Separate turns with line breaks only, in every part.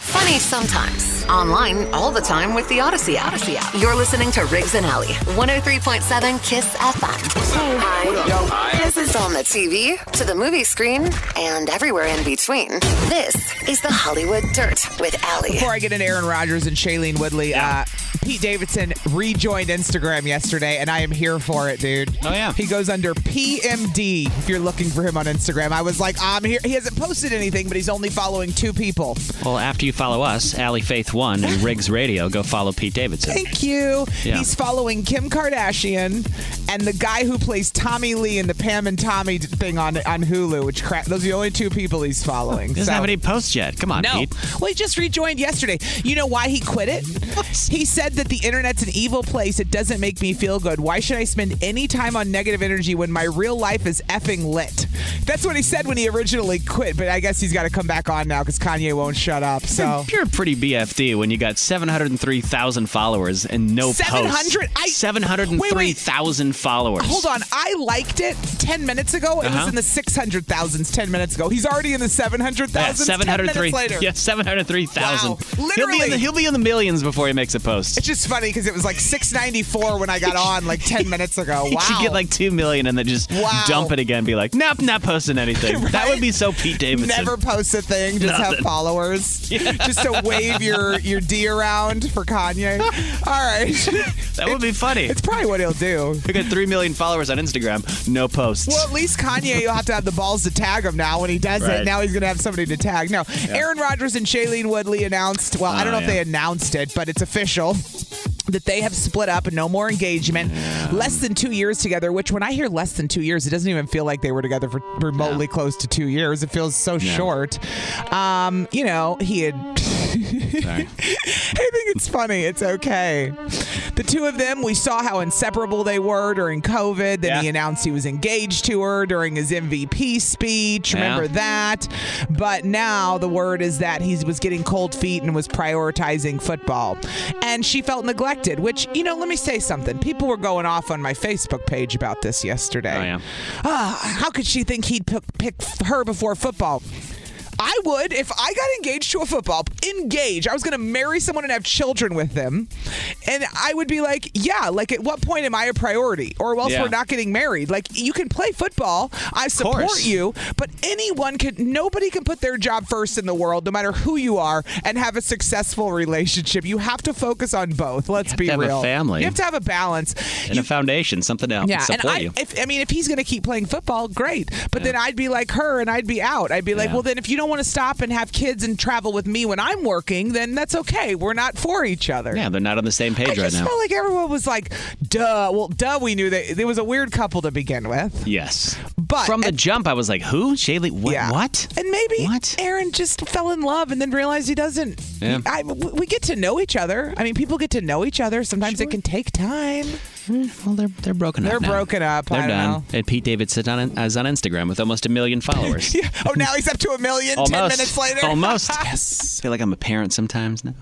Funny sometimes. Online all the time with the Odyssey app. Odyssey app. You're listening to Riggs and Alley, 103.7 Kiss FM. Hi. This is on the TV, to the movie screen, and everywhere in between. This is the Hollywood Dirt with Alley.
Before I get into Aaron Rodgers and Shailene Woodley, uh, Pete Davidson rejoined Instagram yesterday, and I am here for it, dude.
Oh, yeah.
He goes under PMD if you're looking for him on Instagram. I was like, I'm here. He hasn't posted anything, but he's only following two people.
Well, after you follow us, Alley Faith One and Riggs Radio, go follow Pete Davidson.
Thank you.
Yeah.
He's following Kim Kardashian and the guy who plays Tommy Lee in the Pam and Tommy d- thing on on Hulu, which crap. Those are the only two people he's following.
He doesn't
So-
have any posts yet. Come on,
No.
Pete.
Well, he just rejoined yesterday. You know why he quit it? He said that the internet's an evil place. It doesn't make me feel good. Why should I spend any time on negative energy when my real life is effing lit? That's what he said when he originally quit, but I guess he's got to come back on now because Kanye won't shut up. So.
You're pretty BFD when you got 703,000 followers and no
700? I-
posts. 703,000 followers.
Hold on, I liked it 10 minutes ago. It was
Uh-huh.
in the 600,000s 10 minutes ago. He's already in the 700,000s
Yeah,
10
703.
minutes later.
Yeah, 703,000.
Wow,
He'll be, in
literally.
the, he'll be in the millions before he makes a post.
It's just funny because it was like 694 when I got on like 10 minutes ago.
He
Wow.
should get like 2 million and then just
Wow.
dump it again and be like, nope, not posting anything. That would be so Pete Davidson.
Never post a thing. Just have
Nothing.
followers. Just to wave your your D around for Kanye. All right.
That would be funny.
It's probably what he'll do.
We got 3 million followers on Instagram, no posts.
Well, at least Kanye, you'll have to have the balls to tag him now when he does it.
Right.
Now he's going to have somebody to tag. No, Aaron Rodgers and Shailene Woodley announced, well, I don't know
Oh,
if they
yeah.
announced it, but it's official. That they have split up and no more engagement, less than two years together. Which, when I hear less than two years, it doesn't even feel like they were together for remotely close to two years. It feels so short. Um, you know, he had
Sorry.
I think it's funny. It's okay. The two of them, we saw how inseparable they were during COVID. Then
Yeah.
he announced he was engaged to her during his MVP speech.
Yeah.
Remember that? But now the word is that he was getting cold feet and was prioritizing football. And she felt neglected, which, you know, let me say something. People were going off on my Facebook page about this yesterday.
Oh, yeah.
Ah, how could she think he'd pick, pick her before football? I would if I got engaged to a football. Engage. I was going to marry someone and have children with them, and I would be like, yeah. Like, at what point am I a priority? Or else
Yeah.
we're not getting married. Like, you can play football. I support
course.
you, but anyone can. Nobody can put their job first in the world, no matter who you are, and have a successful relationship. You have to focus on both. Let's be
to have a
real.
family.
You have to have a balance.
and a foundation, something to help
Yeah,
support
and I,
you.
if I mean, if he's going to keep playing football, great. But then I'd be like her, and I'd be out. I'd be like,
Yeah.
well, then if you don't want to stop and have kids and travel with me when I'm working, then that's okay. We're not for each other.
yeah, they're not on the same
I
page right
just
now.
felt like everyone was like, duh. Well, duh, we knew that there was a weird couple to begin with.
Yes.
But-
from the jump, I was like, "Who? Shaylee? What?
Yeah.
What?
And maybe
What?
Aaron just fell in love and then realized he doesn't.
Yeah.
I, w- we get to know each other. I mean, people get to know each other. Sometimes it can take time.
Well, they're they're broken
They're
up. now.
broken up.
They're
I don't
done.
know.
And Pete Davidson on, is on Instagram with almost a million followers.
Yeah. Oh, now he's up to a million.
Almost.
Ten minutes later.
Almost. yes. I feel like I'm a parent sometimes now.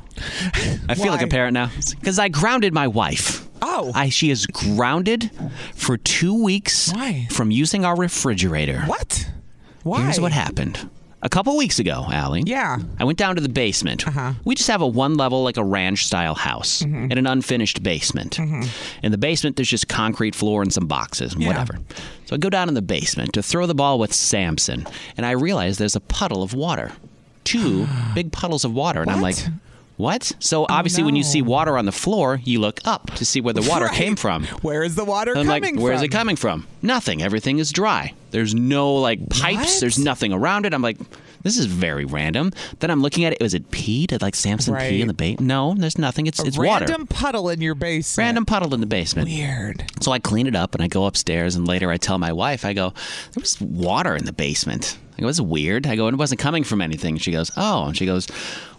I feel like
Why?
a parent now because I grounded my wife.
Oh.
I she is grounded for two weeks
Why?
from using our refrigerator.
What? Why?
Here's what happened. A couple weeks ago, Allie.
Yeah. Uh-huh.
I went down to the basement. We just have a one level, like a ranch style house
Mm-hmm.
and an unfinished basement. In the basement, there's just concrete floor and some boxes and whatever. So I go down in the basement to throw the ball with Samson, and I realize there's a puddle of water. two big puddles of water. And I'm like, what?
Oh,
So obviously, when you see water on the floor, you look up to see where the water came from.
Where is the water
I'm like,
coming from?
where's it coming from? Nothing. Everything is dry. There's no like pipes.
What?
There's nothing around it. I'm like, this is very random. Then I'm looking at it. Was it pee? Did like Samson pee
Right.
in the bay? No, there's nothing. It's it's water.
Random puddle in your basement.
Random puddle in the basement.
Weird.
So I clean it up and I go upstairs and later I tell my wife, I go, there was water in the basement. I go, was weird. I go, and it wasn't coming from anything. She goes, oh. And she goes,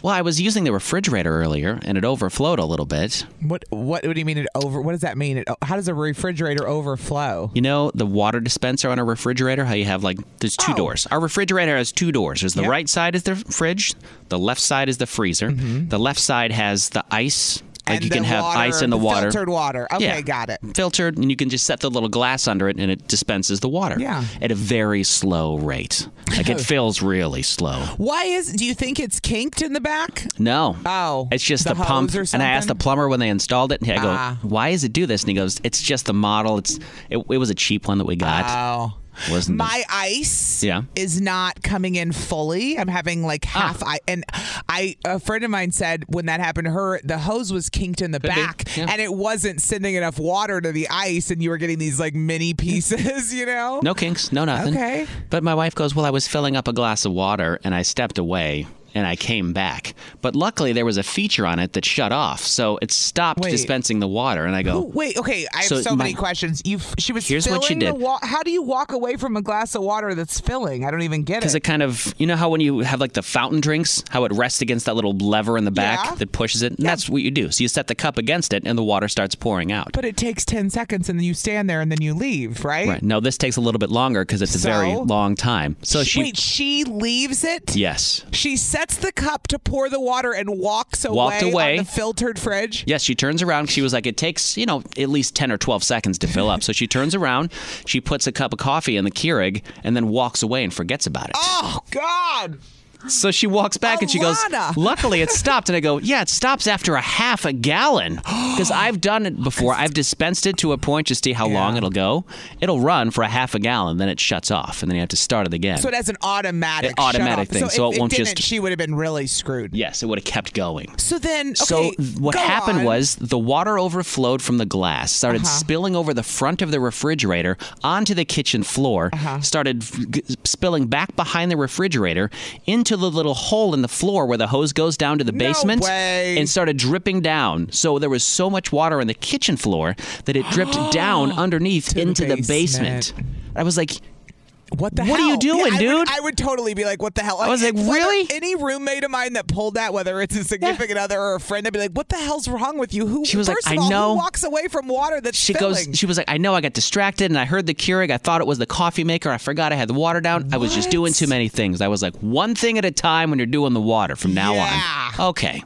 well, I was using the refrigerator earlier and it overflowed a little bit.
What, what what do you mean it over? What does that mean? It, how does a refrigerator overflow?
You know the water dispenser on a refrigerator, how you have like there's two
Oh.
doors. Our refrigerator has two doors. There's the
Yep.
right side is the fridge, the left side is the freezer. The left side has the ice. Like
Mm-hmm. And
you can
the
have
water-
ice in the, water.
Filtered water. Okay,
Yeah.
got it.
Filtered, and you can just set the little glass under it, and it dispenses the water
Yeah.
at a very slow rate. Like it fills really slow.
Why is? Do you think it's kinked in the back?
No.
Oh,
It's just
the
the, pump.
hose or
and I asked the
something?
plumber when they installed it, and I go,
Ah.
"Why does it do this?" And he goes, "It's just the model. It's it, it was a cheap one that we got.
Oh.
Wasn't the-
My ice
Yeah.
is not coming in fully. I'm having like
Ah.
half ice. And I a friend of mine said when that happened to her, the hose was kinked in the
be,
back
yeah.
and it wasn't sending enough water to the ice and you were getting these like mini pieces, you know?
No kinks, no nothing.
Oh. Okay.
But my wife goes, Well, I was filling up a glass of water and I stepped away and I came back. But luckily there was a feature on it that shut off. So it stopped
Wait.
dispensing the water. And I go,
Oh, Wait, okay. I have
So
so,
my-
many questions. You, f- she was
Here's
filling
what she
the
did.
wa- How do you walk away from a glass of water that's filling? I don't even get
because
it.
it kind of, you know how when you have like the fountain drinks, how it rests against that little lever in the back
Yeah.
that pushes it? And That's what you do. So you set the cup against it and the water starts pouring out.
but it takes ten seconds, and then you stand there, and then you leave, right?
right. No, this takes a little bit longer because it's a very
So?
long time. So she.
Wait, she leaves it.
Yes.
She sets the cup to pour the water and walks away,
Walked away.
on the filtered fridge.
Yes, she turns around. She was like, it takes, you know, at least 10 or 12 seconds to fill up. So she turns around, she puts a cup of coffee in the Keurig, and then walks away and forgets about it.
Oh God!
so she walks back and she goes,
Alana!
Luckily, it stopped. And I go, Yeah, it stops after a half a gallon. Because I've done it before. I've dispensed it to a point to see how long it'll go. It'll run for a half a gallon, then it shuts off, and then you have to start it again.
So it has an automatic,
An automatic thing,
shut-off.
so
if
it won't
didn't,
just-
She would have been really screwed.
yes, it would have kept going.
So then,
So
okay,
th- what
go
happened
on. Uh-huh.
was the water overflowed from the glass, started spilling over the front of the refrigerator onto the kitchen floor,
Uh-huh.
started f- g- spilling back behind the refrigerator into the little hole in the floor where the hose goes down to the basement
way.
and started dripping down. So there was so much water on the kitchen floor that it dripped down underneath
the
into the basement.
basement.
I was like,
what the
what are you
hell?
doing,
Yeah, I
dude?
Would, I would totally be like, what the hell?
I was like,
whether
really?
Any roommate of mine that pulled that, whether it's a significant other or a friend, I'd be like, what the hell's wrong with you? Who?
She was like,
first
I
of all,
know.
Who walks away from water that's
She
filling?
goes. She was like, "I know I got distracted, and I heard the Keurig. I thought it was the coffee maker. I forgot I had the water down. I was just doing too many things. I was like, one thing at a time when you're doing the water. From now
Yeah.
on, okay.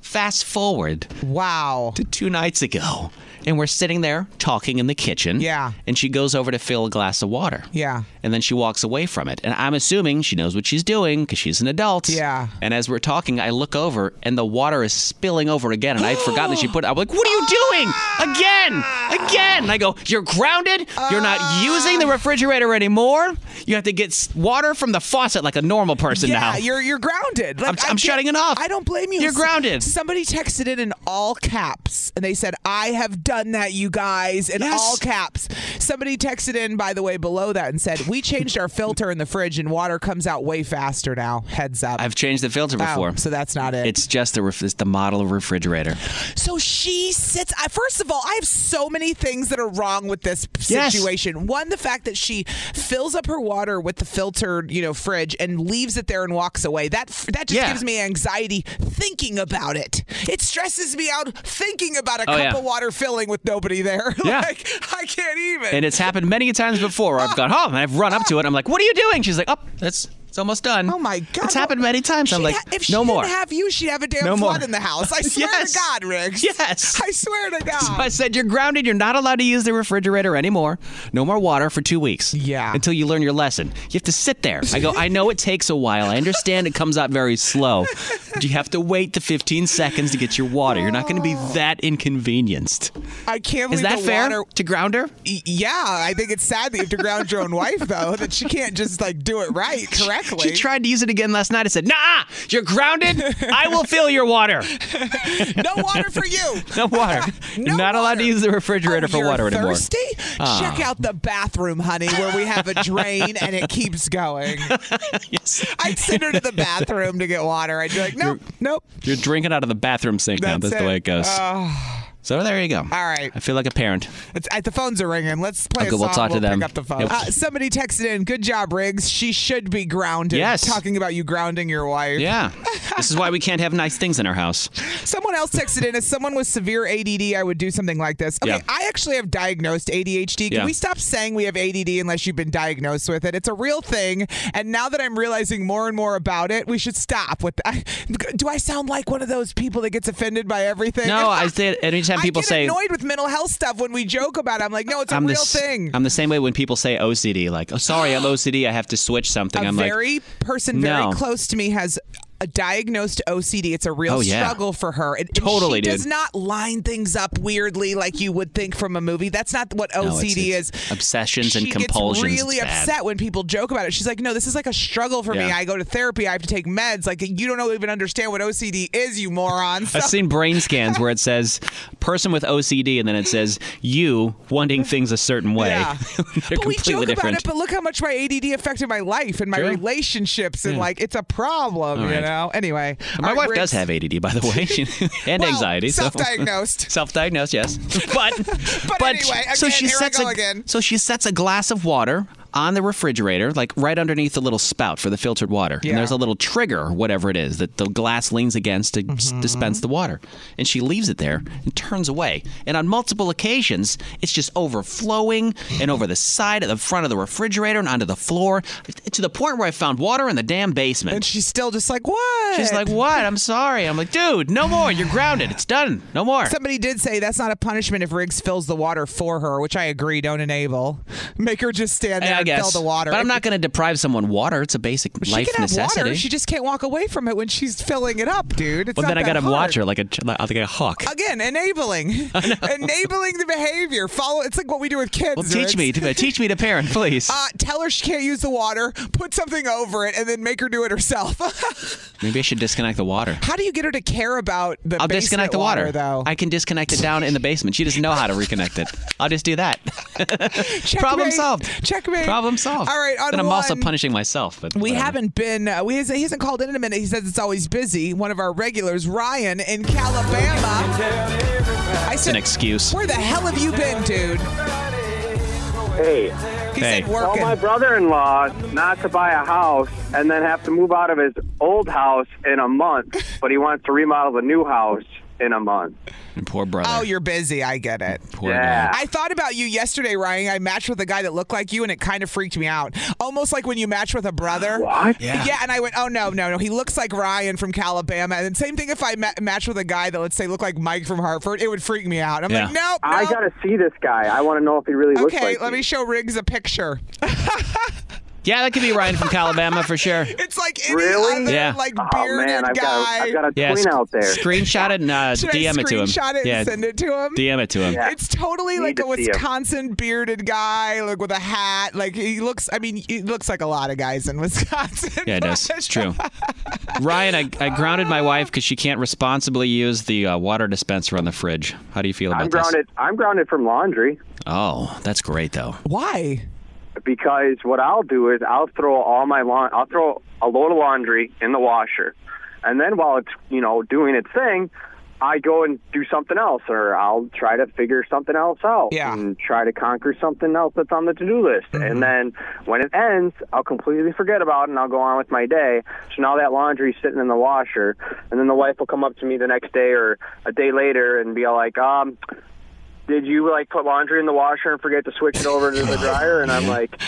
Fast forward
wow.
to two nights ago, and we're sitting there talking in the kitchen.
Yeah.
And she goes over to fill a glass of water.
Yeah.
And then she walks away from it, and I'm assuming she knows what she's doing because she's an adult.
Yeah.
And as we're talking, I look over, and the water is spilling over again, and I'd forgotten that she put. I'm like, "What are you doing again?" again. And I go, You're grounded. You're not using the refrigerator anymore. You have to get s- water from the faucet like a normal person
yeah,
now.
you're you're grounded. Like,
I'm-
I
I'm
get-
shutting it off.
I don't blame you.
You're
S-
grounded.
Somebody texted it in all caps, and they said, "I have done that, you guys," in
Yes.
all caps. Somebody texted in, by the way, below that, and said, "We changed our filter in the fridge, and water comes out way faster now." Heads up.
I've changed the filter
Oh,
before.
so that's not it.
It's just the ref- it's the model of refrigerator.
So she sits. I, first of all, I have so many things that are wrong with this
Yes.
situation. One, the fact that she fills up her water with the filtered, you know, fridge and leaves it there and walks away. That that just
Yeah.
gives me anxiety thinking about it. It stresses me out thinking about a
Oh,
cup
yeah.
of water filling with nobody there.
Yeah.
like I can't even.
And it's happened many times before. Where I've gone home and I've run up to it. and I'm like, "What are you doing?" She's like, "Oh, that's it's almost done."
Oh my god!
It's happened many times. I'm
She'd
like,
ha- if she
"No more."
Didn't have you, she'd have a damn
No
flood
more.
in the house. I swear
Yes.
to God, Riggs.
Yes.
I swear to God.
So I said, You're grounded. You're not allowed to use the refrigerator anymore. No more water for two weeks.
Yeah.
Until you learn your lesson. You have to sit there. I go, I know it takes a while. I understand it comes out very slow. you have to wait the 15 seconds to get your water. You're not going to be
Oh.
that inconvenienced.
I can't believe
Is that
the
fair
water.
to ground her?
Y- Yeah, I think it's sad that you have to ground your own wife though. That she can't just like do it right correctly.
She tried to use it again last night. I said, "Nah, you're grounded. I will fill your water.
no water for you.
No water.
No
you're not allowed
water.
to use the refrigerator
Oh,
for
you're
water anymore." Ah.
thirsty? Check out the bathroom, honey, where we have a drain and it keeps going.
Yes.
I'd send her to the bathroom to get water. I'd be like, nope, nope.
You're drinking out of the bathroom sink now. That's
That's
the
it. Uh,
way it goes. so there you go. All
right.
I feel like a parent.
It's, uh, the phones are ringing. Let's play
Okay,
a
we'll
song.
talk to them.
Pick up the phone.
Yep.
Uh, somebody texted in. Good job, Riggs. She should be grounded.
Yes.
Talking about you grounding your wife.
Yeah. this is why we can't have nice things in our house.
Someone else texted in. As someone with severe ADD, I would do something like this. Okay,
Yeah.
I actually have diagnosed ADHD. Can
Yeah.
we stop saying we have ADD unless you've been diagnosed with it? It's a real thing. And now that I'm realizing more and more about it, we should stop with. I, do I sound like one of those people that gets offended by everything?
No, I say anytime people
I get
say
annoyed with mental health stuff when we joke about it. I'm like, no, it's a
I'm the
real
s-
thing.
I'm the same way when people say OCD, like, oh, sorry, I'm OCD. I have to switch something.
a
I'm like,
very person very
No.
close to me has a diagnosed OCD. It's a real
Oh, yeah.
struggle for her. And, and
Totally,
she
dude.
does not line things up weirdly like you would think from a movie. That's not what OCD
No, it's- it's
is.
obsessions and
she
compulsions.
Gets really
It's bad.
upset when people joke about it. She's like, "No, this is like a struggle for me.
Yeah.
I go to therapy. I have to take meds. Like you don't know- even understand what OCD is, you moron." So-
I've seen brain scans where it says person with OCD and then it says you wanting things a certain way.
Yeah.
They're
but we joke
completely
about
different.
it. But look how much my ADD affected my life and my
Sure. Hmm.
relationships, and like it's a problem,
All
you
right.
know. Anyway,
My
all right,
wife
Riggs.
does have ADD, by the way, She- and
Well,
anxiety. so-
self-diagnosed.
self-diagnosed, yes. But but,
anyway,
so
again,
she
here I
sets
go
a,
again.
so she sets a glass of water on the refrigerator, like right underneath the little spout for the filtered water,
Yeah.
and there's a little trigger, or whatever it is, that the glass leans against to s-
Mm-hmm.
dispense the water, and she leaves it there and turns away. And on multiple occasions, it's just overflowing and over the side, at the front of the refrigerator, and onto the floor, to the point where I found water in the damn basement.
And she's still just like, what?
She's like, "What? I'm sorry." I'm like, "Dude, no more. You're grounded. It's done. No more."
Somebody did say that's not a punishment if Riggs fills the water for her, which I agree. Don't enable. Make her just stand there
Yeah, I
and
guess.
fill the water.
But I'm not going to deprive someone water. It's a basic
She
life
can have
necessity.
water. She just can't walk away from it when she's filling it up, dude. It's
well,
not
then I
got
gotta
to
watch her like a like a hawk.
Again, enabling, enabling the behavior. Follow. It's like what we do with kids.
well, teach
Riggs.
me, to- teach me to parent, please.
Uh, tell her she can't use the water. Put something over it, and then make her do it herself.
Maybe I should disconnect the water.
How do you get her to care about the?
I'll
basement
disconnect the
water,
water.
though.
I can disconnect it down in the basement. She doesn't know how to reconnect it. I'll just do that. Problem
Checkmate.
solved.
Checkmate.
Problem solved.
All right, on
Then I'm also
one-
punishing myself. But
We
whatever.
haven't been. Uh, we hasn't, he hasn't called in in a minute. He says it's always busy. One of our regulars, Ryan in Calabama. I
It's
said,
an excuse.
"Where the hell have you been, dude?"
Hey,
He
Hey.
said,
tell
"Working."
my brother-in-law not to buy a house and then have to move out of his old house in a month, but he wants to remodel the new house in a month.
Poor brother.
oh, you're busy. I get it.
Poor
Yeah.
guy.
I thought about you yesterday, Ryan. I matched with a guy that looked like you, and it kind of freaked me out. Almost like when you match with a brother.
What?
Yeah. and I went, oh no, no, no. He looks like Ryan from Calabama. And same thing if I ma- match with a guy that let's say looked like Mike from Hartford, it would freak me out. I'm
Yeah.
like, nope,
I
nope.
gotta see this guy. I want to know if he really looks
Okay,
like.
let
me.
me show Riggs a picture.
Yeah, that could be Ryan from Calabama for sure.
It's like any
Really?
other
Yeah.
like
Oh
bearded
man, I've
guy.
got a, I've got a
Yeah,
twin
sc-
out there.
Screenshot it and uh,
Should
DM
I
it to him.
Screenshot it
yeah,
and send it to him.
DM it to him.
Yeah.
It's totally
Need
like
to
a
see him.
Wisconsin bearded guy, like with a hat. Like he looks. I mean, he looks like a lot of guys in Wisconsin.
Yeah, it does. It's true. Ryan, I, I grounded my wife because she can't responsibly use the uh, water dispenser on the fridge. How do you feel about
I'm
this?
grounded. I'm grounded from laundry
Oh, that's great though.
Why?
because what I'll do is I'll throw all my lawn. I'll throw a load of laundry in the washer, and then while it's you know doing its thing, I go and do something else, or I'll try to figure something else out
Yeah. Mm-hmm.
and try to conquer something else that's on the to-do list. And then when it ends, I'll completely forget about it and I'll go on with my day. So now that laundry's sitting in the washer, and then the wife will come up to me the next day or a day later and be like, um. Did you like put laundry in the washer and forget to switch it over to the dryer? And I'm like,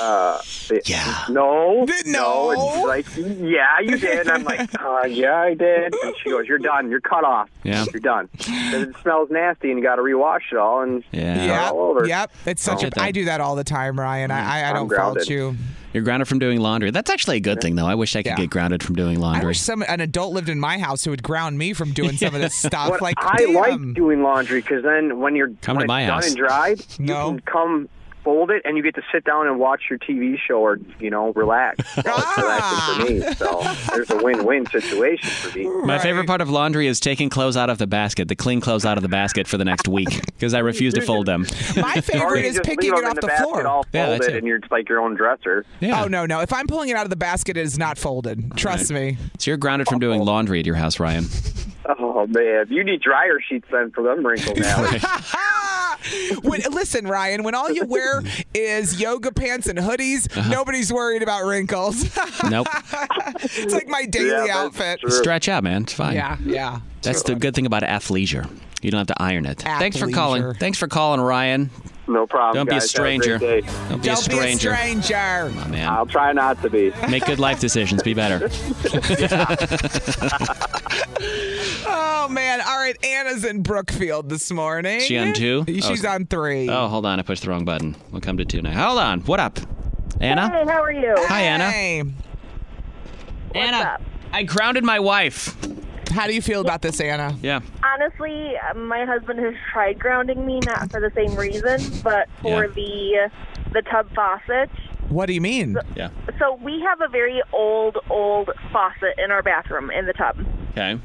uh,
Yeah.
no,
Did-
no.
no.
And she's like, yeah, you did. And I'm like, uh, yeah, I did. And she goes, you're done. You're cut off.
Yeah.
You're done. 'Cause it smells nasty and you got to rewash it all. And
Yeah.
all over.
Yep. It's such
Get
a.
that.
I do that all the time, Ryan. I I, I
Mm, I'm
don't fault
grounded.
you.
You're grounded from doing laundry. That's actually a good thing, though. I wish I could
Yeah.
get grounded from doing
I
laundry.
wish some an adult lived in my house who would ground me from doing some of this stuff.
What
like
I
damn.
like doing laundry because then when you're
Come to
when
my
it's
house.
done and dried,
No.
you can come fold it and you get to sit down and watch your TV show or you know relax. Well, it's relaxing for me, so there's a win-win situation for me.
My favorite part of laundry is taking clothes out of the basket, the clean clothes out of the basket for the next week because I refuse to fold them.
My
Or
favorite
you
is
just
picking
leave
it
them
off
in
the,
the, basket
floor.
all
Yeah, that's
folded
it.
and you're it's like your own dresser.
Yeah.
Oh no, no. If I'm pulling it out of the basket, it is not folded. Trust me.
So you're grounded from doing laundry at your house, Ryan.
Oh man, you need dryer sheets then for them wrinkles now.
when listen, Ryan, when all you wear is yoga pants and hoodies,
Uh-huh.
nobody's worried about wrinkles.
Nope.
it's like my daily
that's
outfit.
true.
Stretch out, man. It's fine.
Yeah, yeah.
That's the good thing about athleisure. You don't have to iron it. Thanks for calling.
Athleisure.
Thanks for calling, Ryan.
No problem.
Don't be a
guys. Have great
stranger.
day.
Don't be a
Don't
stranger.
be a stranger.
Oh, man.
I'll try not to be.
Make good life decisions. Be better.
Oh man! All right, Anna's in Brookfield this morning.
She on two?
She's
Okay.
on three.
Oh, hold on. I pushed the wrong button. We'll come to two now. Hold on. What up? Anna?
Hey, how are you?
Hi, Anna.
Hey.
Anna.
up?
I grounded my wife.
How do you feel about this, Anna?
Yeah.
Honestly, my husband has tried grounding me, not for the same reason, but for the the tub faucet.
What do you mean?
Yeah.
So we have a very old, old faucet in our bathroom in the tub.
Okay.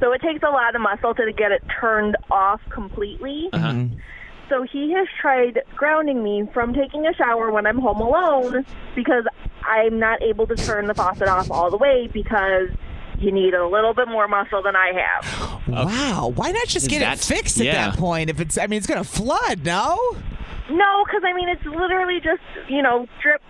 So it takes a lot of muscle to get it turned off completely. So he has tried grounding me from taking a shower when I'm home alone because I'm not able to turn the faucet off all the way because you need a little bit more muscle than I have.
Wow. Why not just get it
That's-
fixed at
yeah.
that point? If it's, I mean, it's gonna flood. No.
No, because I mean it's literally just you know drip,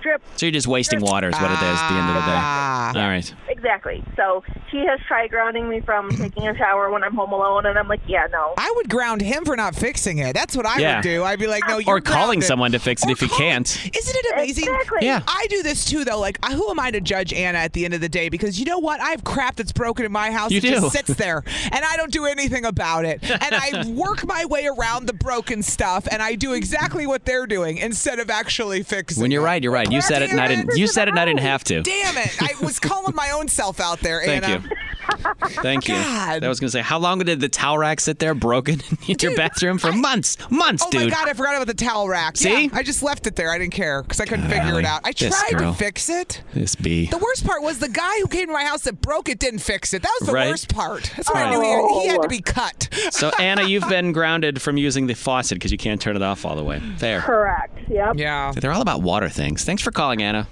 drip.
So you're just wasting water is what it is at the end of
Ah.
the day. All right.
Exactly. So he has tried grounding me from taking a shower when I'm home alone, and I'm like, yeah, no.
I would ground him for not fixing it. That's what I
Yeah.
would do. I'd be like, no, you're
Or calling
grounded.
someone to fix it if you can't.
Isn't it amazing?
Exactly.
Yeah.
I do this too, though. Like, who am I to judge Anna at the end of the day? Because you know what? I have crap that's broken in my house.
You
it just
do.
sits there, and I don't do anything about it. And I work my way around the broken stuff, and I do exactly what they're doing instead of actually fixing.
When you're
it.
right, you're right. You said it and I didn't you said it and I didn't
oh,
have to.
Damn it! I was calling my own self out there,
Thank
Anna.
you. Thank you.
God.
I was gonna say, how long did the towel rack sit there broken in your bathroom for months? Months,
Oh
dude.
my god, I forgot about the towel rack.
See?
Yeah, I just left it there. I didn't care because I couldn't figure
Golly,
it out. I
this
tried
girl.
to fix it.
This bee.
The worst part was the guy who came to my house that broke it didn't fix it. That was the
Right.
worst part. That's why I
Right.
knew he, he had to be cut.
So Anna, you've been grounded from using the faucet because you can't turn it off all the way. There.
Correct. Yep.
Yeah.
They're all about water things. Thanks for calling, Anna.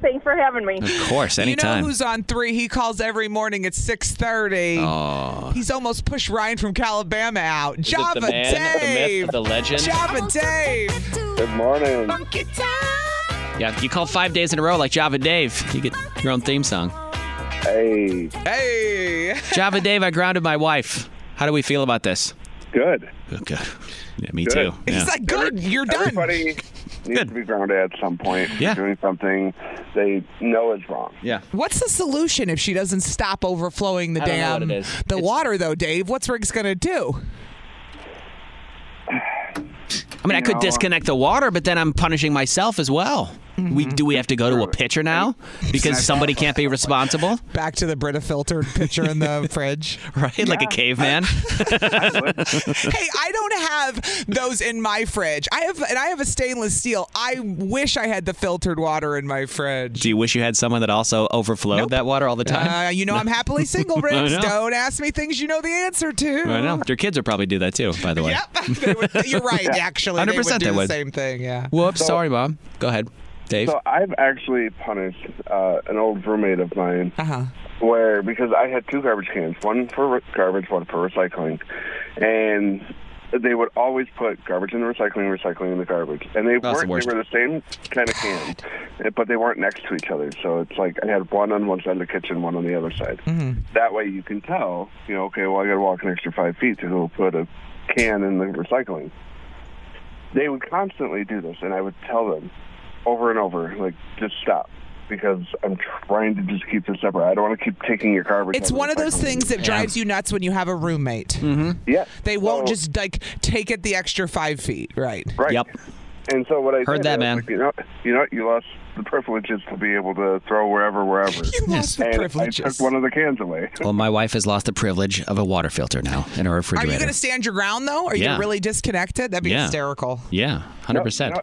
Thanks for having me.
Of course,
You
anytime.
know who's on three? He calls every morning at six thirty. He's almost pushed Ryan from Calabama out.
Is it
Java
the man,
Dave.
the myth, the legend?
Java Dave.
Good morning.
Yeah, you call five days in a row like Java Dave, you get your own theme song.
Hey,
Hey.
Java Dave, I grounded my wife. How do we feel about this?
Good.
Oh, good. Yeah, me
Good.
too.
He's
Yeah.
like, good, you're done.
Everybody needs
Good.
to be grounded at some point. for
Yeah.
Doing something they know is wrong.
yeah.
What's the solution if she doesn't stop overflowing the
I don't know
dam?
what it is.
The
It's-
water, though, Dave. What's Riggs gonna do?
I mean, I could disconnect the water, but then I'm punishing myself as well.
Mm-hmm.
We do we have to go to a pitcher now because somebody can't be responsible,
Back to the Brita filtered pitcher in the fridge.
right? Like a caveman.
hey, I don't have those in my fridge. I have, and I have a stainless steel. I wish I had the filtered water in my fridge.
do you wish you had someone that also overflowed that water all the time?
Uh, you know, I'm happily single, Riggs.
know.
Don't ask me things you know the answer to.
I know. Your kids would probably do that too, by the way.
Yep, They would- you're right. Actually, they would
100%
do
they
the
would.
same thing. Yeah.
Whoops, sorry, mom. Go ahead, Dave.
So I've actually punished uh, an old roommate of mine
Uh
Uh-huh.
huh.
where because I had two garbage cans, one for re- garbage, one for recycling, and they would always put garbage in the recycling, recycling in the garbage, and they
That's the
weren't. They were the same kind of can, eh, but they weren't next to each other. So it's like I had one on one side of the kitchen, one on the other side.
Mm-hmm.
That way you can tell, you know, okay, well I got to walk an extra five feet to go put a can in the recycling. They would constantly do this, and I would tell them over and over, like, just stop. Because I'm trying to just keep this separate. I don't want to keep taking your garbage.
It's
out
one of those
recycling.
things that drives you nuts when you have a roommate.
Mm-hmm.
Yeah.
They won't
So-
just like take it the extra five feet, right?
Right.
Yep.
And so what I
Heard
did,
that,
I was
man.
like, you know, you know, what? you lost the privileges to be able to throw wherever, wherever. You
lost
the
and I
privileges.
took one of the cans away.
Well, my wife has lost the privilege of a water filter now in her
Are
refrigerator.
you going to stand your ground though? Are
Yeah.
you really disconnected? That'd be
Yeah.
hysterical.
Yeah, hundred percent.
No,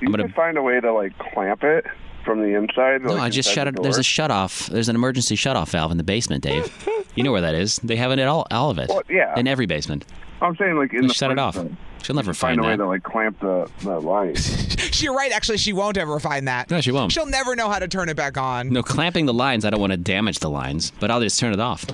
You
I'm gonna-
could find a way to like clamp it from the inside.
No,
like,
I just
inside
shut
the
it. There's
door.
a shut off. There's an emergency shut off valve in the basement, Dave. you know where that is. They have it at all, all of it.
Well, yeah.
In every basement.
I'm saying like in
They
the
shut it off.
first one.
She'll never
Find
find
a way
that.
to like clamp the, the line.
You're right. Actually, she won't ever find that.
No, she won't.
She'll never know how to turn it back on.
No, clamping the lines. I don't want to damage the lines, but I'll just turn it off.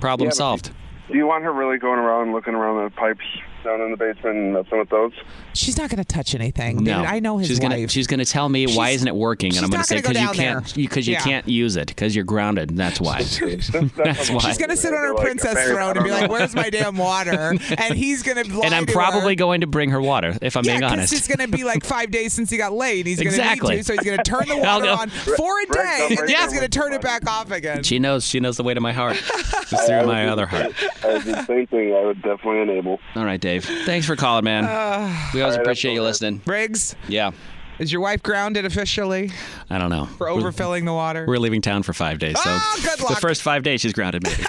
Problem
Yeah, but-
solved.
Do you want her really going around looking around the pipes down in the basement and messing with those?
She's not going to touch anything.
No,
Dude, I know his
she's
wife.
gonna she's gonna tell me why
She's-
isn't it working,
she's
and I'm gonna
not
say
gonna go
you
down
can't
there."
because you,
Yeah.
can't use it because you're grounded. And that's why.
That's,
That's why.
She's gonna sit on her
Like,
princess
"Babe, I
throne and be
don't
like,
know."
"Where's my damn water?" And he's gonna lie
and I'm
to
probably
her.
going to bring her water if I'm
Yeah,
being
'cause
honest.
it's gonna be like five days since he got laid. He's gonna
Exactly.
need to, so he's gonna turn the
I'll
water
go-
on for a
Rick, don't
day, and then
break
he's
your
gonna turn it
water.
back off again.
She knows. She knows the way to my heart. It's through my other heart.
I would do the same thing. I would definitely enable.
All right, Dave. Thanks for calling, man.
Oh.
we always appreciate you listening.
Briggs,
Yeah.
is your wife grounded officially
I don't know.
for overfilling the water?
We're leaving town for five days. So
Ah, good
the
luck.
first five days, she's grounded, maybe.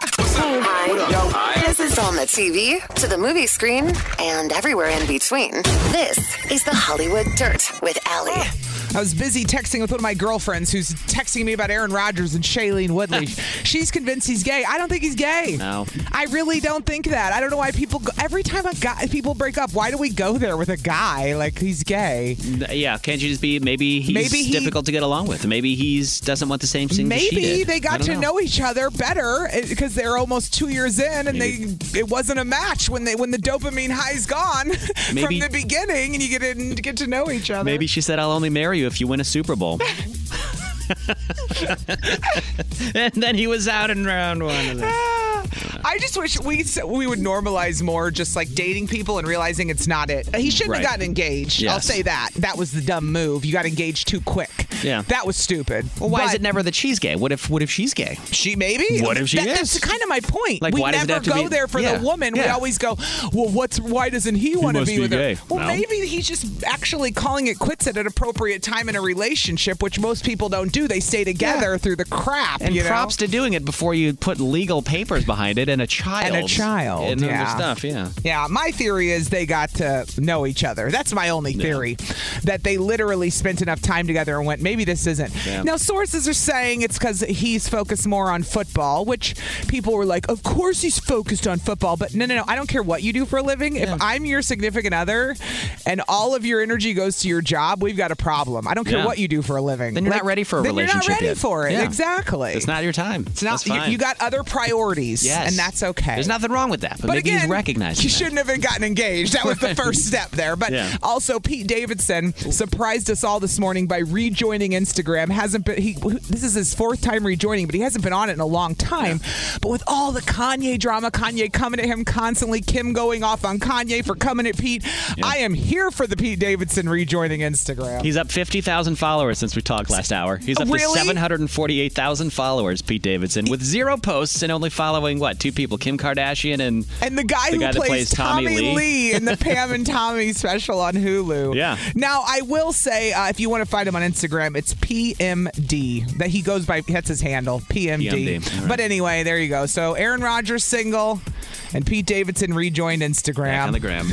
This is on the TV, to the movie screen, and everywhere in between. This is the Hollywood Dirt with Allie.
I was busy texting with one of my girlfriends who's texting me about Aaron Rodgers and Shailene Woodley. She's convinced he's gay. I don't think he's gay.
No.
I really don't think that. I don't know why people go, every time a guy people break up, why do we go there with a guy like he's gay?
yeah. Can't you just be? Maybe he's
Maybe he-
difficult to get along with. Maybe he's doesn't want the same thing. that she
Maybe
did.
they
I
got
don't
to know. each other better because they're almost 2 years in and
Maybe.
they it wasn't a match when they when the dopamine high's gone
Maybe-
from the beginning and you get in, get to know each other.
Maybe she said, "I'll only marry you if you win a Super Bowl." and then he was out in round one. of this.
Ah. I just wish we we would normalize more just like dating people and realizing it's not it. He shouldn't
Right.
have gotten engaged. I'll
Yes.
say that. That was the dumb move. You got engaged too quick.
Yeah.
That was stupid.
Well, why is
But
it never that she's gay? What if? What if she's gay?
she maybe?
What if she
that,
is?
That's kind of my point.
Like,
we
why does it
never
have to
go
be-
there for
Yeah.
the woman. We
Yeah.
always go, well, what's why doesn't he want to
must
be,
be
with
gay.
her? Well,
No.
maybe he's just actually calling it quits at an appropriate time in a relationship, which most people don't do. They stay together through the crap.
And
you know?
props to doing it before you put legal papers behind it and a child.
And a child,
And other
yeah.
stuff, yeah.
Yeah, my theory is they got to know each other. That's my only theory. That they literally spent enough time together and went, maybe this isn't.
Yeah.
Now, sources are saying it's because he's focused more on football, which people were like, of course he's focused on football. But no, no, no. I don't care what you do for a living. If I'm your significant other and all of your energy goes to your job, we've got a problem. I don't care
Yeah.
what you do for a living.
Then you're not ready for a
then
relationship
You're not ready
yet.
for it.
Yeah.
Exactly.
It's not your time.
It's not.
That's
You,
fine.
you got other priorities.
Yes.
And that's okay.
There's nothing wrong with that. But,
But
maybe
again,
he's recognizing
he
that.
shouldn't have been gotten engaged. That was the first step there. But
Yeah.
also, Pete Davidson surprised us all this morning by rejoining Instagram. Hasn't been he? This is his fourth time rejoining, but he hasn't been on it in a long time. But with all the Kanye drama, Kanye coming at him constantly, Kim going off on Kanye for coming at Pete. I am here for the Pete Davidson rejoining Instagram.
He's up 50,000 followers since we talked last hour. He's up to
Oh, Really?
748,000 followers, Pete Davidson, with zero posts and only following, what, two people, Kim Kardashian and.
And the guy
The
who
guy that
plays,
plays Tommy
Tommy,
Lee.
Lee. in the Pam and Tommy special on Hulu.
Yeah.
Now I will say, uh, if you want to find him on Instagram, it's PMD. That he goes by. That's his handle, PMD.
PMD, all right.
But anyway, there you go. So Aaron Rodgers single, and Pete Davidson rejoined
Back
Instagram.
on the gram.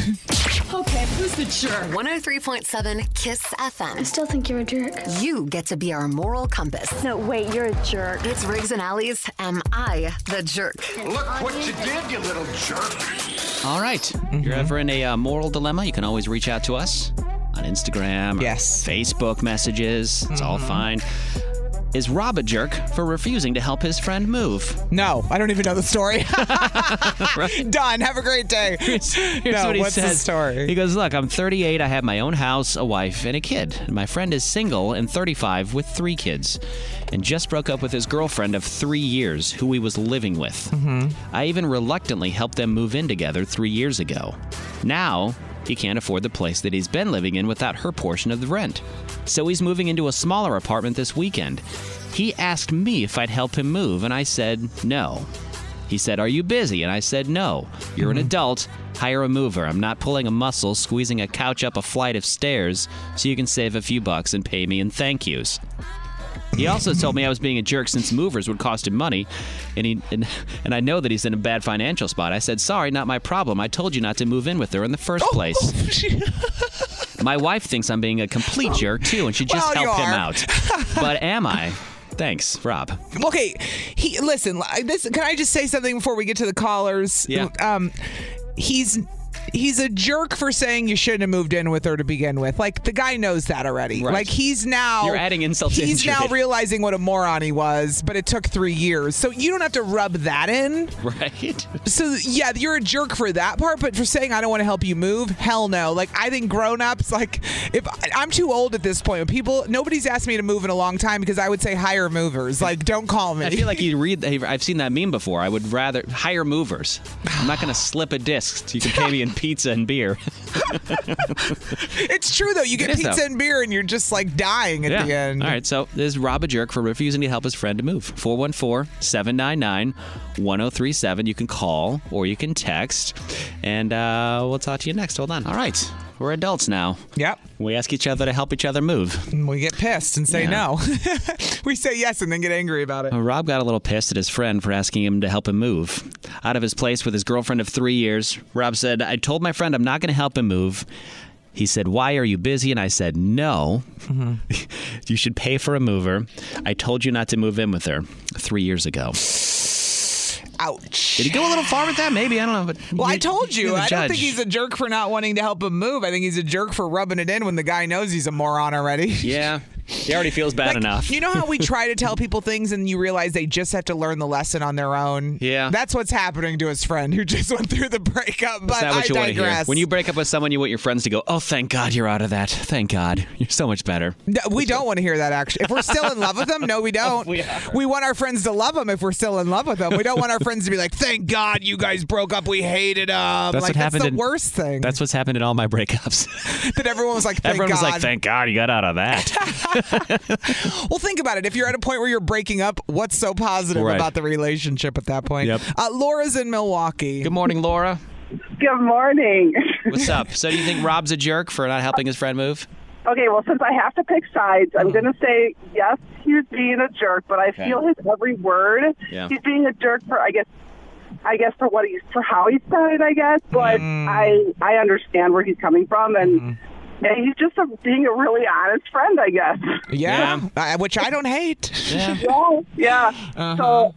103.7 Kiss FM.
Still think you're a jerk.
You get to be our moral compass.
No, wait, you're a jerk.
It's Riggs and Allies. Am I the jerk?
Look what you did, you little jerk.
All right.
Mm-hmm.
You're ever in a uh, moral dilemma, you can always reach out to us on Instagram, or
Yes. Mm-hmm.
Facebook messages. It's all fine. Is Rob a jerk for refusing to help his friend move?
no, I don't even know the story. Done. Have a great day.
Here's
no,
what he
what's
says.
the story?
He goes, Look, I'm 38. I have my own house, a wife, and a kid. And my friend is single and 35 with three kids and just broke up with his girlfriend of three years who he was living with.
Mm-hmm.
I even reluctantly helped them move in together three years ago. Now, he can't afford the place that he's been living in without her portion of the rent. So he's moving into a smaller apartment this weekend. He asked me if I'd help him move, and I said no. He said, Are you busy? And I said, No. You're an adult. Hire a mover. I'm not pulling a muscle, squeezing a couch up a flight of stairs so you can save a few bucks and pay me in thank yous. He also told me I was being a jerk since movers would cost him money, and he and, and I know that he's in a bad financial spot. I said, "Sorry, not my problem. I told you not to move in with her in the first
Oh.
place." my wife thinks I'm being a complete jerk too, and she just
Well, you
helped him
are.
out. but am I? Thanks, Rob.
Okay, he listen. li- This can I just say something before we get to the callers?
Yeah.
Um, he's he's a jerk for saying you shouldn't have moved in with her to begin with. Like the guy knows that already.
Right.
Like he's now
You're adding insult to
He's
injury.
now realizing what a moron he was, but it took three years. So you don't have to rub that in.
Right?
So yeah, you're a jerk for that part, but for saying I don't want to help you move, hell no. Like I think grown ups, like if I'm too old at this point, people nobody's asked me to move in a long time because I would say hire movers. Like don't call me.
I feel like you read. I've seen that meme before. I would rather hire movers. I'm not going to slip a disc. So you can pay me in pizza and beer.
It's true though. You get
It is,
pizza
though.
and beer, and you're just like dying at the end.
All right, so this is Rob a jerk for refusing to help his friend to move. 414 799 1037. You can call or you can text, and uh, we'll talk to you next. Hold on. All right, we're adults now.
Yep.
We ask each other to help each other move.
And we get pissed and say
Yeah.
no. we say yes and then get angry about it.
Uh, Rob got a little pissed at his friend for asking him to help him move. Out of his place with his girlfriend of three years, Rob said, I told my friend I'm not going to help him move. He said, Why are you busy? And I said, No. you should pay for a mover. I told you not to move in with her three years ago.
Ouch.
Did he go a little far with that? Maybe I don't know. But
well, I
you-
told you.
you're the
I don't
judge.
think he's a jerk for not wanting to help him move. I think he's a jerk for rubbing it in when the guy knows he's a moron already.
Yeah, he already feels bad
Like,
enough.
You know how we try to tell people things and you realize they just have to learn the lesson on their own?
Yeah.
That's what's happening to his friend who just went through the breakup. But
Is that what
I
you want to hear?
digress.
When you break up with someone, you want your friends to go, "Oh, thank God you're out of that. Thank God, you're so much better."
No, we don't want to hear that. Actually, if we're still in love with them, no, we don't.
Oh, We are.
want our friends to love them. If we're still in love with them, we don't want our friends to be like, "Thank God you guys broke up. We hated them."
That's
like
what happened.
that's the
in,
worst thing.
That's what's happened in all my breakups.
that everyone was like, "Thank
Everyone
God."
was like, "Thank God you got out of that."
well, think about it. If you're at a point where you're breaking up, what's so positive
Right.
about the relationship at that point?
Yep.
Uh, Laura's in Milwaukee.
Good morning, Laura.
Good morning.
What's up? So, do you think Rob's a jerk for not helping his friend move?
Okay, well, since I have to pick sides,
Hmm.
I'm going to say yes, he's being a jerk, but I
Okay.
feel his every word.
Yeah.
He's being a jerk for, I guess, I guess for what he's for how he said it, I guess. But
Hmm.
I I understand where he's coming from, and
Mm-hmm.
and he's just a, being a really honest friend, I guess.
Yeah,
Yeah.
I- which I don't hate. Uh-huh.
Yeah.
Yeah, yeah. So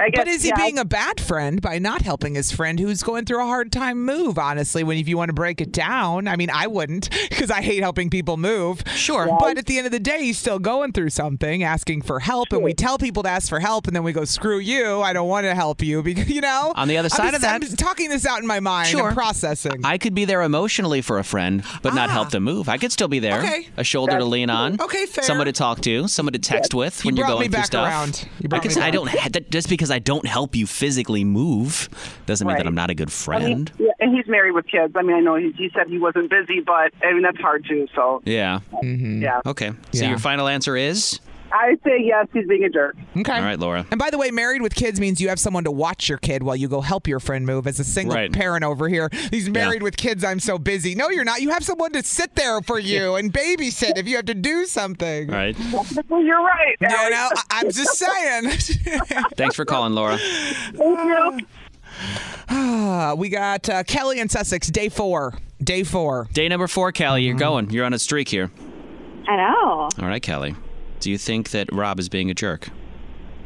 I guess.
But is he
yeah,
being a bad friend by not helping his friend who's going through a hard time move? Honestly, when if you want to break it down, I mean, I wouldn't because I hate helping people move. Sure, but at the end of the day, he's still going through something, asking for help, and we tell people to ask for help, and then we go, "Screw you! I don't want to help you," because you know.
On the other
I'm
side
just-
of that-
I'm just talking this out in my mind, and
Sure.
processing.
I could be there emotionally for a friend, but not
Ah.
help them move. I could still be there.
Okay.
A shoulder to lean on.
Okay, fair.
Someone to talk to. Someone to text with when
You
are
brought
going
me
through
back
stuff.
around. You
I
brought
could
me
say I
back.
don't ha- that, just because I don't help you physically move doesn't mean that
Right.
I'm not a good
I mean,
friend.
yeah, and he's married with kids. I mean, I know he, he said he wasn't busy, but I mean that's hard too. So
yeah.
Mm-hmm.
yeah,
Okay. So
Yeah.
your final answer is
I say yes, he's being a jerk.
okay.
all right, Laura.
And by the way, married with kids means you have someone to watch your kid while you go help your friend move. As a single
Right.
parent over here, these married with kids, I'm so busy. No, you're not. You have someone to sit there for you and babysit if you have to do something.
All right.
Well, you're right.
You
Alex.
know, I- I'm just saying.
Thanks for calling, Laura.
Thank you.
uh, we got uh, Kelly in Sussex, day four. Day four.
Day number four, Kelly.
Mm-hmm.
You're going. You're on a streak here.
I know.
All right, Kelly. Do you think that Rob is being a jerk?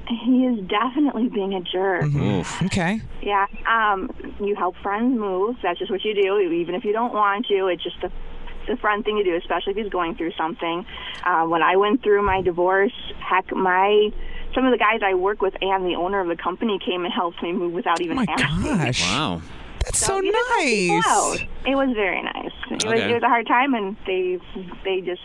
He is definitely being a jerk.
Oof.
Mm-hmm. Okay.
Yeah. Um, you help friends move. That's just what you do, even if you don't want to. It's just the the friend thing to do, especially if he's going through something. Uh, when I went through my divorce, heck, my some of the guys I work with and the owner of the company came and helped me move without
Oh
even
my
asking.
gosh.
Wow.
That's so
You just help people out.
nice.
It was very nice. It, was,
Okay.
it was a hard time, and they they just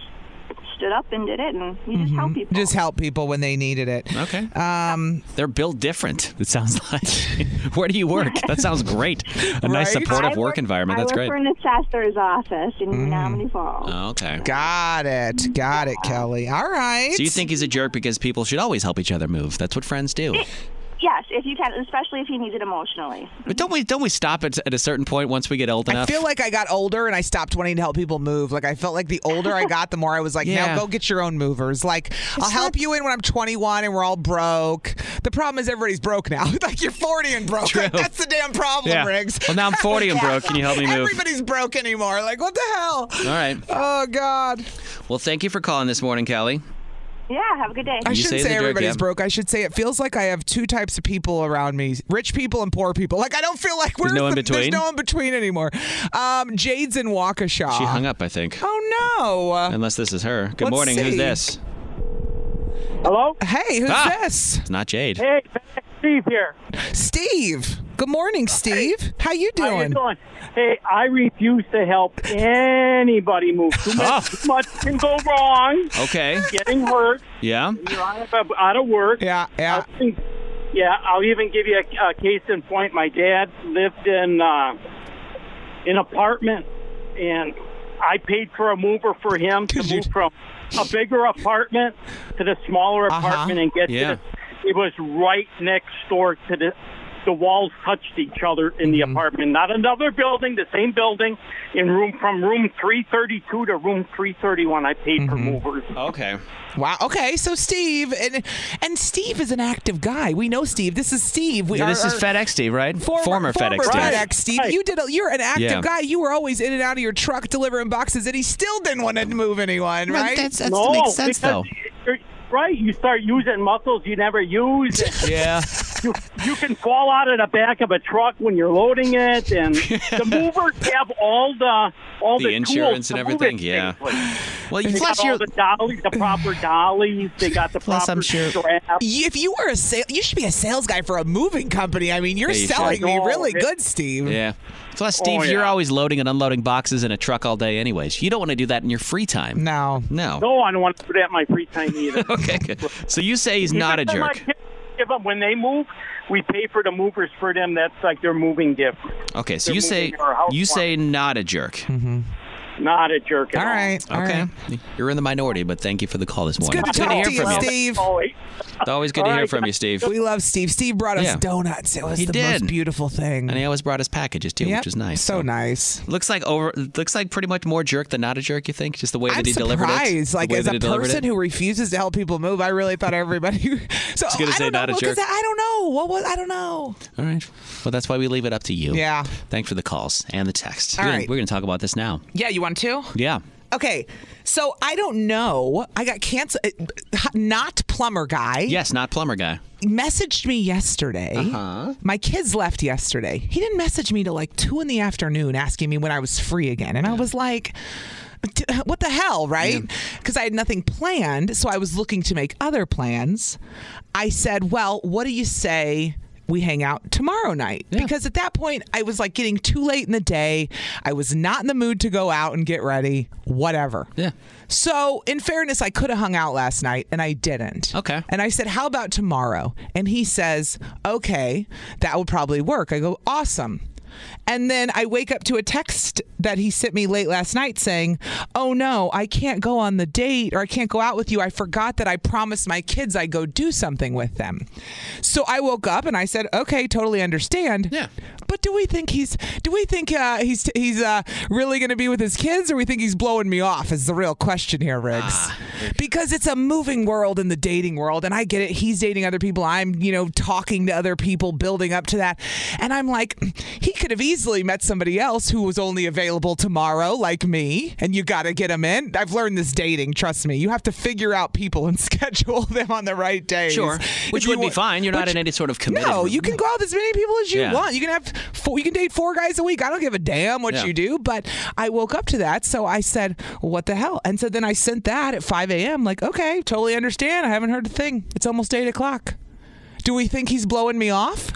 stood up and did it, and you just help people.
Mm-hmm. Just help people when they needed it.
Okay.
Um,
They're built different. It sounds like. Where do you work? That sounds great. A nice
Right?
supportive
I
work
work-
environment.
I
That's
work
great.
for an assessor's office in
Mm.
Menominee Falls.
Oh, okay.
got it. Got it, Kelly. All right.
So you think he's a jerk because people should always help each other move? That's what friends do.
Yes, if you can, especially if you need it emotionally.
But don't we don't we stop at, at a certain point once we get old
I
enough?
feel like I got older and I stopped wanting to help people move. Like I felt like the older I got, the more I was like,
Yeah.
now go get your own movers. Like I'll help you in when I'm 21 and we're all broke. The problem is everybody's broke now. like you're 40 and broke. Like,
True.
that's the damn problem,
Yeah.
Riggs.
Well, now I'm 40 and broke. Can you help me move?
Everybody's broke anymore. Like what the hell?
All right.
Oh God.
Well, thank you for calling this morning, Callie.
Yeah, have a good day.
I
You
shouldn't
say
say
that, Derek,
everybody's
yeah.
broke. I should say it feels like I have two types of people around me: rich people and poor people. Like I don't feel like
There's
we're
no
the,
in-between?
There's no in between anymore. Um, Jade's in Waukesha.
She hung up, I think.
Oh
Unless this is her. Good
Let's
morning. Who's
see.
this?
Hello?
no! Hey, who's
Ah.
this?
It's not Jade.
Hey, Steve here.
Steve. Good morning, Steve. How you doing?
How you doing? Hey, I refuse to help anybody move. Too
Ah.
much, too much can go wrong.
Okay.
Getting hurt.
Yeah.
You're out of, out of work.
Yeah, yeah.
I'll even- yeah, I'll even give you a, a case in point. My dad lived in uh, an apartment, and I paid for a mover for him to
'Cause you-
move from a bigger apartment to the smaller
Uh-huh.
apartment and get
Yeah.
to the, it was right next door to the the walls touched each other in the apartment. Not another building, the same building, in room from room 332 to room 331. I paid for movers.
Mm. Okay.
Wow. Okay, so Steve and and Steve is an active guy. We know Steve. This is Steve. We
Yeah,
are,
this is FedEx Steve, right? former, FedEx Steve.
FedEx Steve.
Right.
You did. A, you're an active
Yeah.
guy. You were always in and out of your truck delivering boxes, and he still didn't want to move anyone,
Well,
right?
That's, that
no,
makes sense,
because
though.
you're- Right, you start using muscles you never use.
Yeah.
you, you can fall out of the back of a truck when you're loading it, and the movers have all the all
The
the, tools
insurance
to
and
move
everything,
it
yeah.
safely.
Well, you
They
plus
got
your
all the dollies, the proper dollies. They got the
Plus,
proper
I'm sure-
straps.
Y- If you were a sale, you should be a sales guy for a moving company. I mean, you're
Yeah, you should.
selling me
No,
really
it- Oh,
good, Steve.
yeah. Plus,
Oh,
Steve, you're
yeah.
always loading and unloading boxes in a truck all day, anyways. You don't want to do that in your free time.
No.
No.
No, I don't want to do that in my free time either.
Okay. Good. So you say he's not a
Even my
jerk.
kids Give them when they move. We pay for the movers for them. That's like their moving gift.
Okay. So
They're
you say
moving our house
you
for
say not a jerk.
Not a jerk. At
All right. Mm-hmm. All
Okay.
right.
You're in the minority, but thank you for the call this morning.
good to
to
talk
hear
to you,
from you.
Steve.
Always.
It's always good to
Oh, All
hear
right,
from you, Steve.
We love Steve. Steve brought us
Yeah.
donuts. It was
He
the
did.
most beautiful thing.
And he always brought us packages too,
Yep.
which is nice.
So nice.
Looks like over. Looks like pretty much more jerk than not a jerk. You think? Just the way
I'm
that he delivered it.
surprised. Like
the way
as
that
a
he delivered
person
it.
who refuses to help people move, I really thought everybody. so I
gonna
don't
say
know,
not a
'cause
jerk.
I don't know. What was? I don't know.
All right. Well, that's why we leave it up to you.
Yeah.
Thanks for the calls and the text.
All
we're
right.
Gonna, we're going to talk about this now.
Yeah, you want to?
Yeah.
Okay, so I don't know. I got canceled. Not plumber guy.
Yes, not plumber guy.
messaged me yesterday.
Uh-huh.
My kids left yesterday. He didn't message me till like two in the afternoon asking me when I was free again. And I was like, "D- uh, what the hell, right? Because I had nothing planned. So I was looking to make other plans. I said, well, what do you say? We hang out tomorrow night because at that point I was like getting too late in the day. I was not in the mood to go out and get ready, whatever.
Yeah.
So, in fairness, I could have hung out last night and I didn't.
Okay.
And I said, How about tomorrow? And he says, Okay, that will probably work. I go, Awesome. And then I wake up to a text that he sent me late last night saying, Oh no, I can't go on the date or I can't go out with you. I forgot that I promised my kids I'd go do something with them. So I woke up and I said, Okay, totally understand.
Yeah.
But do we think he's do we think uh, he's he's uh, really going to be with his kids, or we think he's blowing me off? Is the real question here, Riggs? Because it's a moving world in the dating world, and I get it. He's dating other people. I'm you know talking to other people, building up to that, and I'm like, he could have easily met somebody else who was only available tomorrow, like me. And you got to get him in. I've learned this dating. Trust me, you have to figure out people and schedule them on the right days.
Sure. Which
If you
would be
want-
fine. You're not in any sort of committed
No, you
group.
can go out with as many people as you
Yeah.
want. You can have four, you can date four guys a week. I don't give a damn what
Yeah.
you do. But I woke up to that, so I said, "What the hell?" And so then I sent that at 5 a.m. Like, okay, totally understand. I haven't heard a thing. It's almost eight o'clock. Do we think he's blowing me off?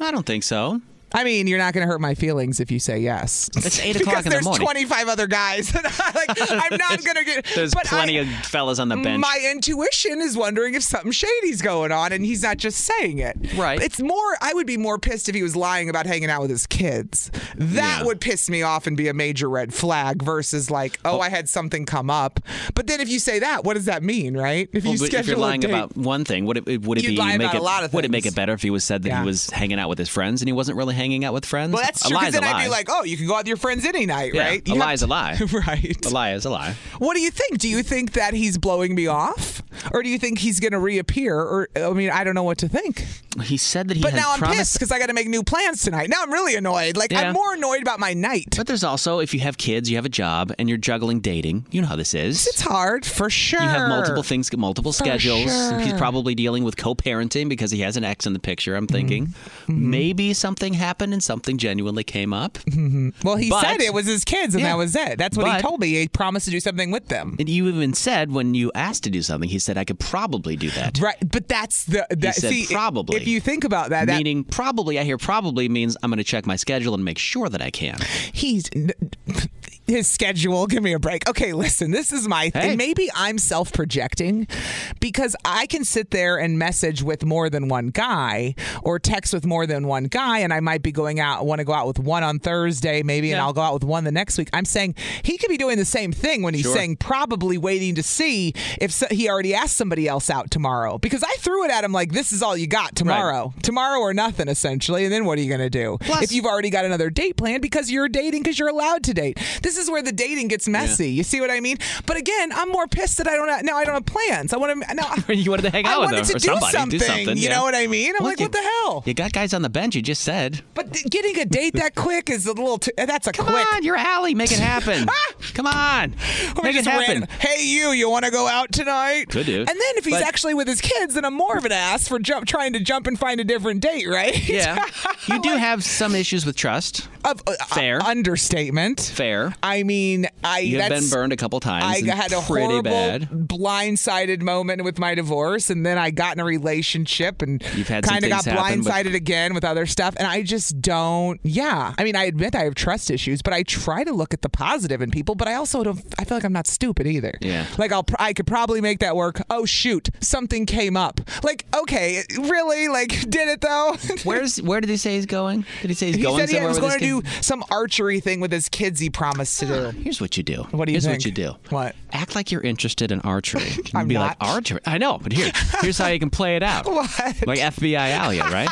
I don't think so.
I mean, you're not going to hurt my feelings if you say yes.
It's eight
Because
o'clock in the
there's
morning.
25 other guys. And I'm like, I'm not going to get.
There's
but
plenty
I-
of fellas on the bench.
My intuition is wondering if something shady's going on, and he's not just saying it. Right. It's more. I would be more pissed if he was lying about hanging out with his kids. That would piss me off and be a major red flag. Versus like, oh, I had something come up. But then if you say that, what does that mean, right? If
Well,
you
but
schedule
if you're
a
lying
date-
about one thing, would it would it
You'd
be
lie
make
about
it,
a lot of
would it make
things.
it better if he was said that
Yeah.
he was hanging out with his friends and he wasn't really hanging out with friends?
Well, that's
a
true.
lie's
Because then
a lie.
I'd be like, oh, you can go out with your friends any night,
yeah,
right?
A
You have
lie is a lie.
right.
A lie is a lie.
What do you think? Do you think that he's blowing me off, or do you think he's going to reappear? Or I mean, I don't know what to think.
He said that he
But
had
now I'm
promised
pissed because I got to make new plans tonight. Now I'm really annoyed. Like
Yeah.
I'm more annoyed about my night.
But there's also if you have kids, you have a job, and you're juggling dating. You know how this is. It's
hard for sure.
You have multiple things, multiple
For
schedules. He's
sure.
probably dealing with co-parenting because he has an ex in the picture. I'm thinking
Mm-hmm.
maybe something happened and something genuinely came up.
Mhm. Well, he
But-
said it was his kids, and
Yeah.
that was it. That's what he
But-
told me. He promised to do something with them.
And you even said when you asked to do something, he said I could probably do that.
Right, but that's the
He
that,
said
see, i-
probably.
If you think about that, that
Meaning probably, I hear probably means I'm going to check my schedule and make sure that I can.
he's his schedule. Give me a break. Okay, listen, this is my thing.
Hey.
Maybe I'm self projecting because I can sit there and message with more than one guy or text with more than one guy, and I might be going out, want to go out with one on Thursday, maybe, and I'll go out with one the next week. I'm saying he could be doing the same thing when he's
Sure.
saying probably waiting to see if so- he already asked somebody else out tomorrow because I threw it at him like, this is all you got tomorrow. Tomorrow or nothing, essentially. And then what are you going to do? if you've already got another date planned because you're dating because you're allowed to date. This is where the dating gets messy. You see what I mean? But again, I'm more pissed that I don't have, now I don't have plans. I want to now
you wanted to hang out
I
with them
wanted to
or
do
somebody,
something.
do something.
You
yeah.
know what I mean? I'm like,
you-
what the hell?
You got guys on the bench. You just said.
But th- getting a date that quick is a little too, that's a
Come
quick.
on, you're Allie. Make it happen. Come on,
Or
make it
just
happen.
random, hey, you, you want to go out tonight?
Could do.
And then if he's
But-
actually with his kids, then I'm more of an ass for jump trying to jump and find a different date, right?
Yeah, you do have some issues with trust.
Of, uh,
Fair
understatement.
Fair.
I mean, I
you have been
that's-
burned a couple times.
I
and
had a
pretty
horrible
bad.
blindsided moment with my divorce, and then I got in a relationship and
You've had some
kind of got
things happen, but-
blindsided again with other stuff. And I just don't. Yeah, I mean, I admit I have trust issues, but I try to look at the positive in people. But I also don't. I feel like I'm not stupid either.
Yeah.
Like I'll. pr- I could probably make that work. Oh shoot, something came up. Like okay, really? Like did it though?
Where's where did he say he's going? Did he say he's
he
going
said he
somewhere
was
with his
going to do
kid? Ah,
some archery thing with his kids. He promised to do.
Here's what you do.
What do you
Here's
think?
what you do.
What?
Act like you're interested in archery.
I'm
be
not.
like archery. I know, but here, here's how you can play it out.
What?
Like FBI Alley, right?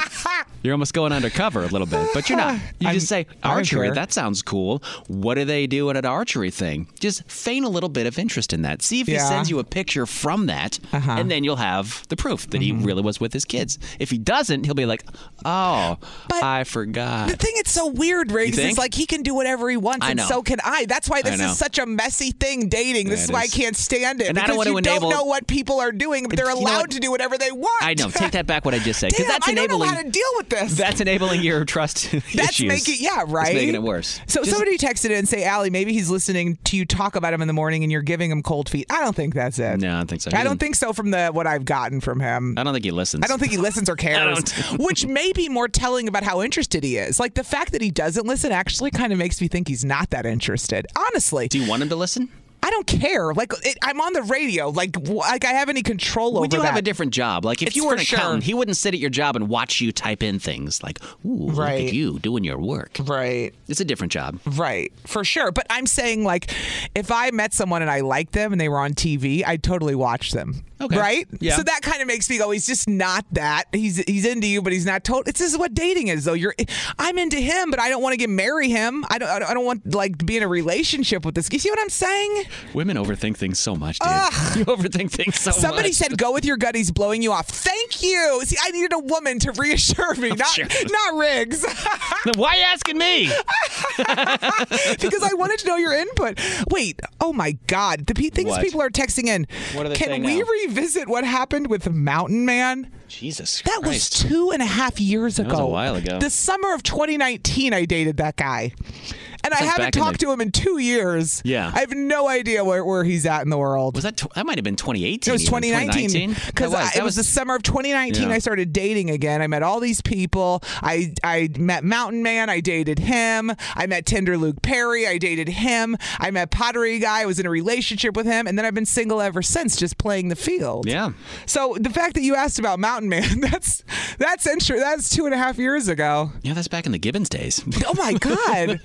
You're almost going undercover a little bit, but you're not. You just say
I don't
archery.
care.
That sounds cool. What do they do at an archery thing? Just feign a little bit of interest in that. See if he
Yeah.
sends you a picture from that,
Uh-huh. Mm-hmm.
and then you'll have the proof that he really was with his kids. If he doesn't, he'll be like, "Oh, I forgot."
The thing it's so weird, Riggs, is
think?
like he can do whatever he wants,
I
and
know.
so can I. That's why
I
this
know.
is such a messy thing. Dating. This
Yeah,
is
it
why
is.
I can't stand it
And I
because
don't want to
you
enable-
don't know what people are doing, but they're
you know
allowed
what?
to do whatever they want.
I know. Take that back. What I just said,
Damn,
because that's
I don't know
enabling.
how to deal with this.
That's enabling your trust
That's
issues.
making yeah
It's
right.
making it worse.
So somebody texted in and say, Allie, maybe he's listening to you talk about him in the morning, and you're giving him cold feet. I don't think that's it.
No, I don't think so.
I don't think so. From the what I've gotten from him,
I don't think he listens.
I don't think he listens or
I
cares,
don't.
which may be more telling about how interested he is. Like the fact that he doesn't listen actually kind of makes me think he's not that interested. Honestly,
Do you want him to listen?
I don't care. Like it, I'm on the radio. Like w- like I have any control over
We do
that.
have a different job. Like if
It's
you were an
for sure.
accountant, he wouldn't sit at your job and watch you type in things. Like, ooh, look
Right.
at you doing your work.
Right.
It's a different job.
Right, for sure. But I'm saying, like, if I met someone and I liked them and they were on TV, I'd totally watch them.
Okay.
Right?
Yeah.
So that kind of makes me go, he's just not that. He's he's into you, but he's not total. It's this is what dating is, though. You're, I'm into him, but I don't want to get marry him. I don't, I don't. I don't want like to be in a relationship with this. You see what I'm saying?
Women overthink things so much,
Oh,
dude. You overthink things so
Somebody
much.
said, "Go with your gut." He's blowing you off. Thank you. See, I needed a woman to reassure me, not
sure.
not Riggs.
Then why are you asking me?
because I wanted to know your input. Wait, oh my God, the pe- things
What?
people are texting in.
What are they
Can
saying
we
now?
revisit what happened with Mountain Man?
Jesus
That was
Christ.
two and a half years ago.
was a while ago.
The summer of 2019, I dated that guy. and I
Since
haven't
back in the-
talked to him in two years.
Yeah.
I have no idea where, where he's at in the world.
Was that tw- that might have been 2018?
It was
even,
2019
2019?
because
That was-
it
that
was the summer of 2019.
Yeah.
I started dating again. I met all these people. I I met Mountain Man. I dated him. I met Tinder Luke Perry. I dated him. I met Pottery Guy. I was in a relationship with him, and then I've been single ever since, just playing the field.
Yeah.
So the fact that you asked about Mountain Man, that's that's intro. That's two and a half years ago.
Yeah, that's back in the Gibbons days.
Oh my God!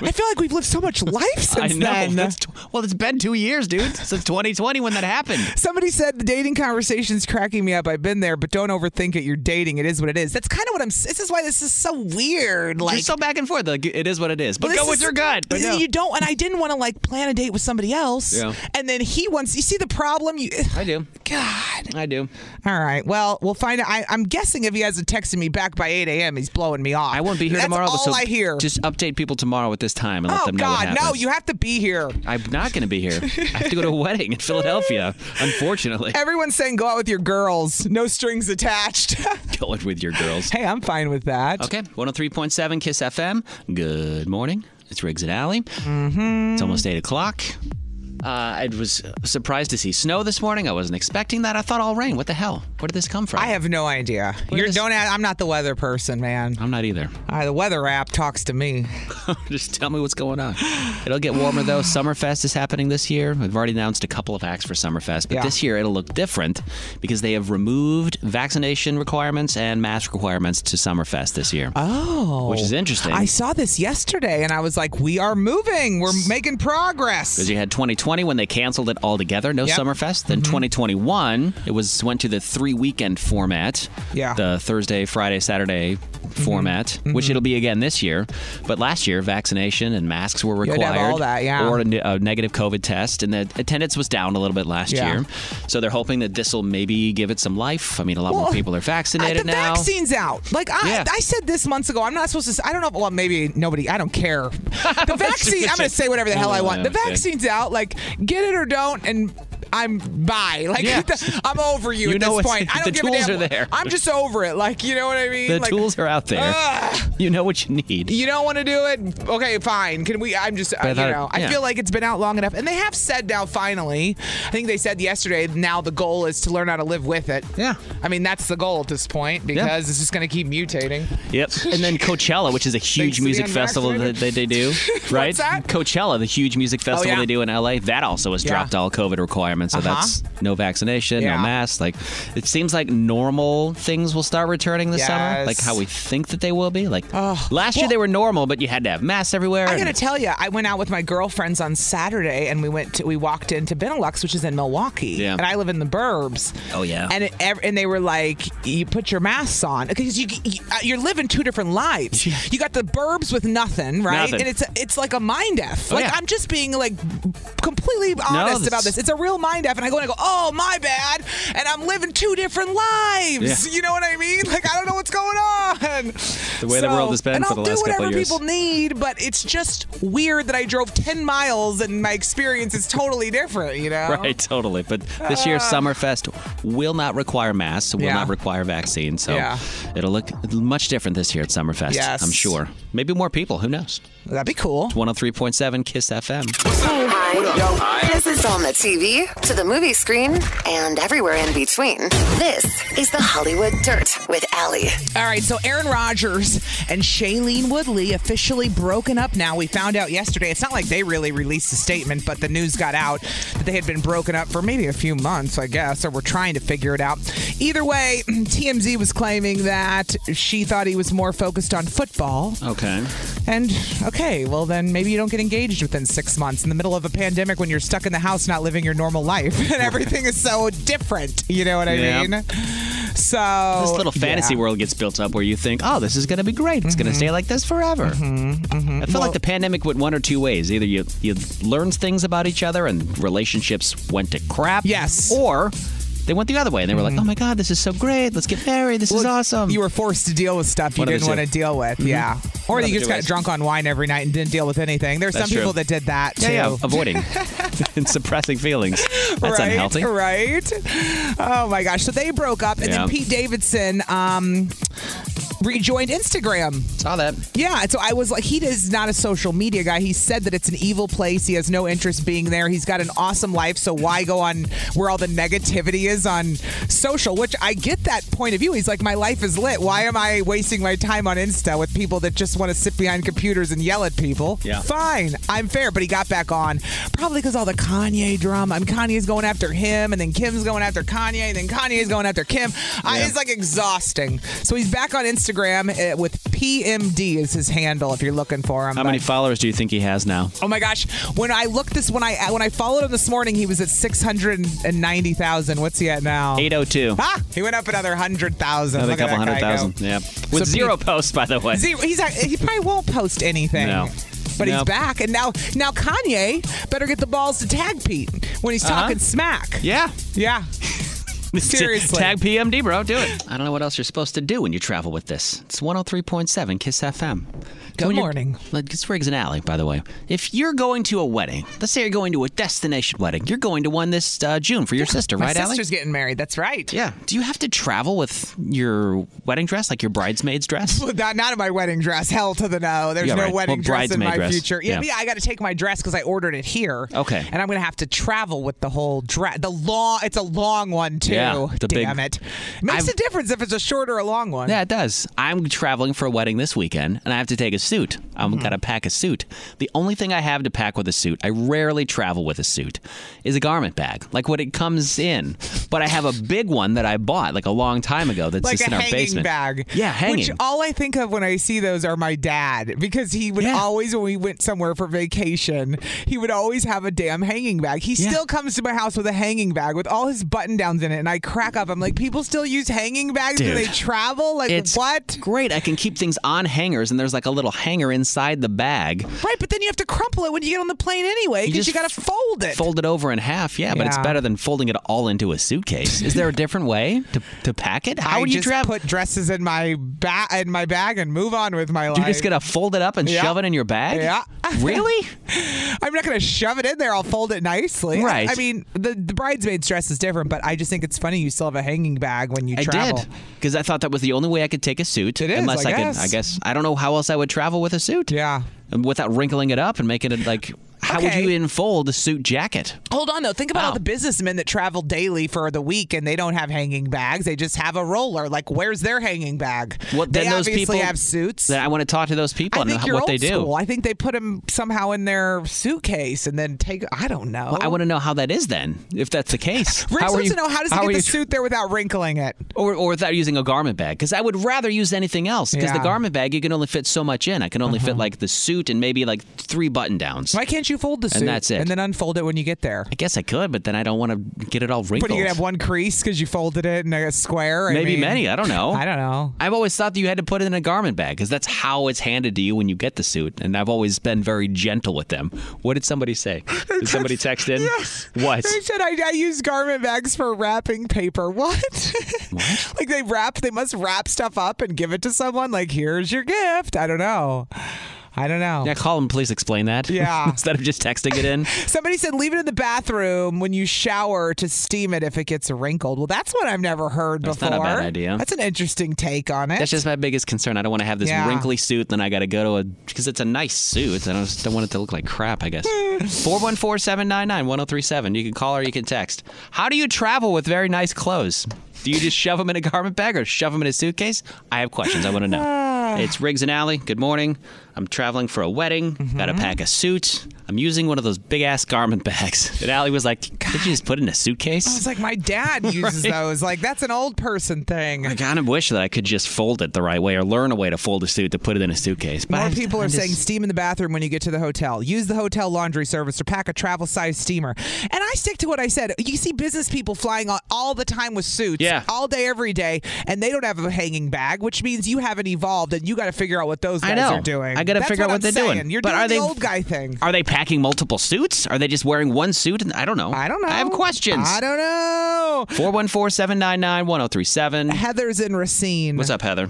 I feel like we've lived so much life
I
since
know.
then.
That's tw- well, it's been two years, dude, since 2020 when that happened.
Somebody said the dating conversation's cracking me up. I've been there, but don't overthink it. You're dating. It is what it is. That's kind of what I'm. This is why this is so weird. Like
You're so back and forth. Like, it is what it is. But
Well,
go
this
with
is-
your gut. But no.
You don't. And I didn't want to like plan a date with somebody else.
Yeah.
And then he wants. You see the problem? You.
I do.
God.
I do.
All right. Well, we'll find out. I, I'm guessing if he hasn't texted me back by 8 a.m., he's blowing me off.
I won't be here
That's
tomorrow.
All
so
I hear.
Just update people tomorrow at this time and let
oh
them know what
God!
happens.
No, you have to be here.
I'm not going to be here. I have to go to a wedding in Philadelphia, unfortunately.
Everyone's saying go out with your girls, no strings attached.
Going with your girls.
hey, I'm fine with that.
Okay, 103.7 Kiss FM. Good morning. It's Riggs and Alley.
Mm-hmm.
It's almost 8 o'clock. Uh, I was surprised to see snow this morning. I wasn't expecting that. I thought all rain. What the hell? Where did this come from?
I have no idea. You're, don't. Add, I'm not the weather person, man.
I'm not either.
Uh, the weather app talks to me.
Just tell me what's going on. It'll get warmer though. Summerfest is happening this year. We've already announced a couple of acts for Summerfest, but
Yeah.
this year it'll look different because they have removed vaccination requirements and mask requirements to Summerfest this year.
Oh,
Which is interesting.
I saw this yesterday, and I was like, "We are moving. We're making progress."
Because you had 2020 when they canceled it altogether, no
Yep. Mm-hmm.
Summerfest. Then 2021, it was went to the three weekend format.
Yeah. Mm-hmm.
The Thursday, Friday, Saturday format, which it'll be again this year. But last year, vaccination and masks were
You had
required.
to have all that, yeah.
Or a, ne- a negative COVID test, and the attendance was down a little bit last
Yeah.
year. So they're hoping that this will maybe give it some life. I mean, a lot
Well,
more people are
I,
vaccinated
the
now.
vaccine's out. Like I,
Yeah.
I said this months ago. I'm not supposed to. s- I don't know. Well, maybe nobody. I don't care. The vaccine. I'm going to say whatever the hell I want. The
Okay.
vaccine's out. Like get it or don't, and I'm bye. Like
Yeah.
I'm over you,
You
at
know
this
it's-
point. I
the
don't give
tools
a damn.
are there.
I'm just over it. Like you know what I mean.
The
Like,
tools are out there.
Ugh.
You know what you need.
You don't want to do it? Okay, fine. Can we? I'm just, uh,
But I
you
thought-
know, I
yeah.
feel like it's been out long enough. And they have said now, finally, I think they said yesterday, now the goal is to learn how to live with it.
Yeah.
I mean, that's the goal at this point because it's just going to keep mutating.
Yep. And then Coachella, which is a
Thanks
huge
to the
music festival that, that they do, right?
that? Oh,
Coachella, the huge music festival
yeah.
they do in LA, that also has
Yeah.
dropped all COVID requirements. So
Uh-huh.
that's no vaccination,
Yeah.
no masks. Like it seems like normal things will start returning this summer,
Yes.
like how we think that they will be. Like last year they were normal, but you had to have masks everywhere.
I
and-
gotta tell you, I went out with my girlfriends on Saturday, and we went to we walked into Benelux, which is in Milwaukee,
Yeah.
and I live in the Burbs.
Oh, yeah.
and it, ev- and they were like, "You put your masks on because you, you uh, you're living two different lives. You got the Burbs with nothing, right?
Nothing.
And it's it's like a mind f.
Oh,
like
yeah.
I'm just being like completely honest
that's-
about this. It's a real mind f, and I go and I go, "Oh my bad," and I'm living two different lives.
Yeah.
You know what I mean? Like I don't know what's going on.
The way the world has been
and
for
I'll
the
do
last couple
whatever
of years.
people need, but it's just weird that I drove 10 miles and my experience is totally different, you know?
Right, totally. But this year's Summerfest will not require masks, will
Ah. Yeah.
not require vaccines. So
Yeah.
it'll look much different this year at Summerfest,
Yes.
I'm sure. Maybe more people, who knows?
That'd be cool.
103.7 Kiss FM.
This is on the TV, to the movie screen, and everywhere in between. This is the Hollywood Dirt with Allie.
All right, so Aaron Rodgers and Shailene Woodley officially broken up now. We found out yesterday. It's not like they really released a statement, but the news got out that they had been broken up for maybe a few months, I guess, or were trying to figure it out. Either way, TMZ was claiming that she thought he was more focused on football
Okay.
And okay, well then maybe you don't get engaged within six months in the middle of a pandemic when you're stuck in the house not living your normal life and everything is so different. You know what I
Yeah.
mean? So
This little fantasy
yeah. Mm-hmm.
world gets built up where you think, oh, this is going to be great. It's going to stay like this forever. I feel like the pandemic went one or two ways. Either you, you learned things about each other and relationships went to crap.
Yes. Mm-hmm.
Or they went the other way and they were like, oh my God, this is so great. Let's get married. This is awesome.
You were forced to deal with stuff you
One of the
didn't want
two. Mm-hmm.
to deal with. Yeah. Or
One of
you
the
just
two
got
ways.
drunk on wine every night and didn't deal with anything. There's some
That's true.
people that did that too.
yeah, yeah, avoiding and suppressing feelings. That's
right,
unhealthy.
Right. Oh my gosh. So they broke up, and
Yeah.
then Pete Davidson. Um, rejoined Instagram.
Saw that.
Yeah, so I was like, he is not a social media guy. He said that it's an evil place. He has no interest being there. He's got an awesome life, so why go on where all the negativity is on social? Which I get that point of view. He's like, my life is lit. Why am I wasting my time on Insta with people that just want to sit behind computers and yell at people?
Yeah.
fine. I'm fair. But he got back on probably because all the Kanye drama. I mean, Kanye's going after him, and then Kim's going after Kanye, and then Kanye's going after Kim. I,
Yeah.
it's like exhausting. So he's back on Instagram uh, with PMD is his handle if you're looking for him.
How
But-
many followers do you think he has now?
Oh my gosh! When I looked this, when I when I followed him this morning, he was at six hundred and ninety thousand. What's he at now?
802.
Ah, he went up another hundred thousand.
Another
Look at
couple hundred
that guy go.
thousand. Yeah. With
So
zero posts, by the way.
Zero. He's act- he probably won't post anything.
No.
But
No.
he's back, and now now Kanye better get the balls to tag Pete when he's
Uh-huh.
talking smack.
Yeah.
Yeah.
Seriously.
Seriously.
Tag PMD, bro. Do it. I don't know what else you're supposed to do when you travel with this. It's 103.7 Kiss FM.
Good morning.
Like, it's Riggs and Alley, by the way. If you're going to a wedding, let's say you're going to a destination wedding, you're going to one this uh, June for your sister,
My
right, Allie?
sister's getting married. That's right.
Yeah. Do you have to travel with your wedding dress, like your bridesmaid's dress?
Not, not in my wedding dress. Hell to the no. There's
Yeah,
no
right.
wedding
Well,
dress in
bridesmaid
my
dress.
future. Yeah,
Yeah.
but yeah I got to take my dress because I ordered it here.
Okay.
And I'm going to have to travel with the whole dress. The long, it's a long one too.
Yeah, the big-
Damn it. Makes a difference if it's a short or a long one.
Yeah, it does. I'm traveling for a wedding this weekend, and I have to take a suit. i
Mm-hmm.
am going gotta pack a suit. The only thing I have to pack with a suit, I rarely travel with a suit, is a garment bag, like what it comes in. But I have a big one that I bought like a long time ago. That's
like
just in
a
our
hanging
basement.
bag.
Yeah, hanging.
Which all I think of when I see those are my dad because he would always when we went somewhere for vacation, he would always have a damn hanging bag. He still comes to my house with a hanging bag with all his button downs in it, and I crack up. I'm like, people still use hanging bags when they
Dude.
travel. Like
it's
what?
Great. I can keep things on hangers, and there's like a little hanger inside the bag.
Right, but then you have to crumple it when you get on the plane anyway because
just
you, got to fold it.
Fold it over in half, yeah, but it's
Yeah.
better than folding it all into a suitcase. Is there a different way to, to pack it? How
I
would you
just
travel?
put dresses in my ba- in my bag and move on with my life.
You're just gonna fold it up and
Yeah.
shove it in your bag?
Yeah.
Really?
I'm not going to shove it in there. I'll fold it nicely.
Right.
I mean, the, the bridesmaid's dress is different, but I just think it's funny you still have a hanging bag when you
I
travel.
did because I thought that was the only way I could take a suit.
is,
unless
I
I,
guess.
could. I guess I don't know how else I would travel with a suit.
Yeah.
Without wrinkling it up and making it like, how would
Okay.
you unfold a suit jacket?
Hold on though. Think about all the businessmen that travel daily for the week and they don't have hanging bags. They just have a roller. Like, where's their hanging bag?
What
they
then? Those
obviously
people
have suits.
Then I want to talk to those people
I
and
think
how-
you're
what
old
they do.
school. I think they put them somehow in their suitcase and then take. I don't know.
Well, I want to know how that is then, if that's the case.
Rick
how are
wants
you-
to know how does
how
he
are
get
you
the
tra-
suit there without wrinkling it?
Or, or without using a garment bag, because I would rather use anything else. Because
Yeah. Uh-huh.
the garment bag, you can only fit so much in. I can only fit like the suit and maybe like three button downs.
Why can't you fold the
And
suit
that's it.
and then unfold it when you get there?
I guess I could, but then I don't want to get it all wrinkled.
But you gonna have one crease because you folded it in a square. I
Maybe
mean-
many. I don't know.
I don't know.
I've always thought that you had to put it in a garment bag because that's how it's handed to you when you get the suit. And I've always been very gentle with them. What did somebody say? Did somebody text in? Yes. What?
They said I, I use garment bags for wrapping paper. What? like they wrap, they must wrap stuff up and give it to someone. Like here's your gift. I don't know. I don't know.
Yeah, call them. Please explain that.
Yeah.
Instead of just texting it in.
Somebody said leave it in the bathroom when you shower to steam it if it gets wrinkled. Well, that's what I've never heard
That's
before.
not a bad idea.
That's an interesting take on it.
That's just my biggest concern. I don't want to have this
Yeah.
wrinkly suit. Then I got to go to a because it's a nice suit. and I just don't want it to look like crap. I guess. Four one four seven nine nine one zero three seven. You can call or you can text. How do you travel with very nice clothes? Do you just shove them in a garment bag or shove them in a suitcase? I have questions. I want to
Ah.
know. it's Riggs and Alley. Good morning. I'm traveling for a wedding.
Mm-hmm.
Got to pack a suit. I'm using one of those big ass garment bags. And Allie was like, "Did you just put it in a suitcase?"
I was like, my dad uses
Right.
those. Like that's an old person thing.
I kind of wish that I could just fold it the right way or learn a way to fold a suit to put it in a suitcase. But
More
I-
people
I
are
just-
saying steam in the bathroom when you get to the hotel. Use the hotel laundry service or pack a travel size steamer. And I stick to what I said. You see business people flying on all the time with suits,
Yeah.
all day, every day, and they don't have a hanging bag, which means you haven't evolved and you got to figure out what those guys
I know.
are doing.
I got to
That's
figure out
what
what
I'm
they're
saying.
doing.
You're
but
doing
are they
the old guy thing.
Are they packing multiple suits? Are they just wearing one suit? And I don't know. I don't know. I have questions.
I don't know.
414-799-1037.
Heather's in Racine.
What's up, Heather?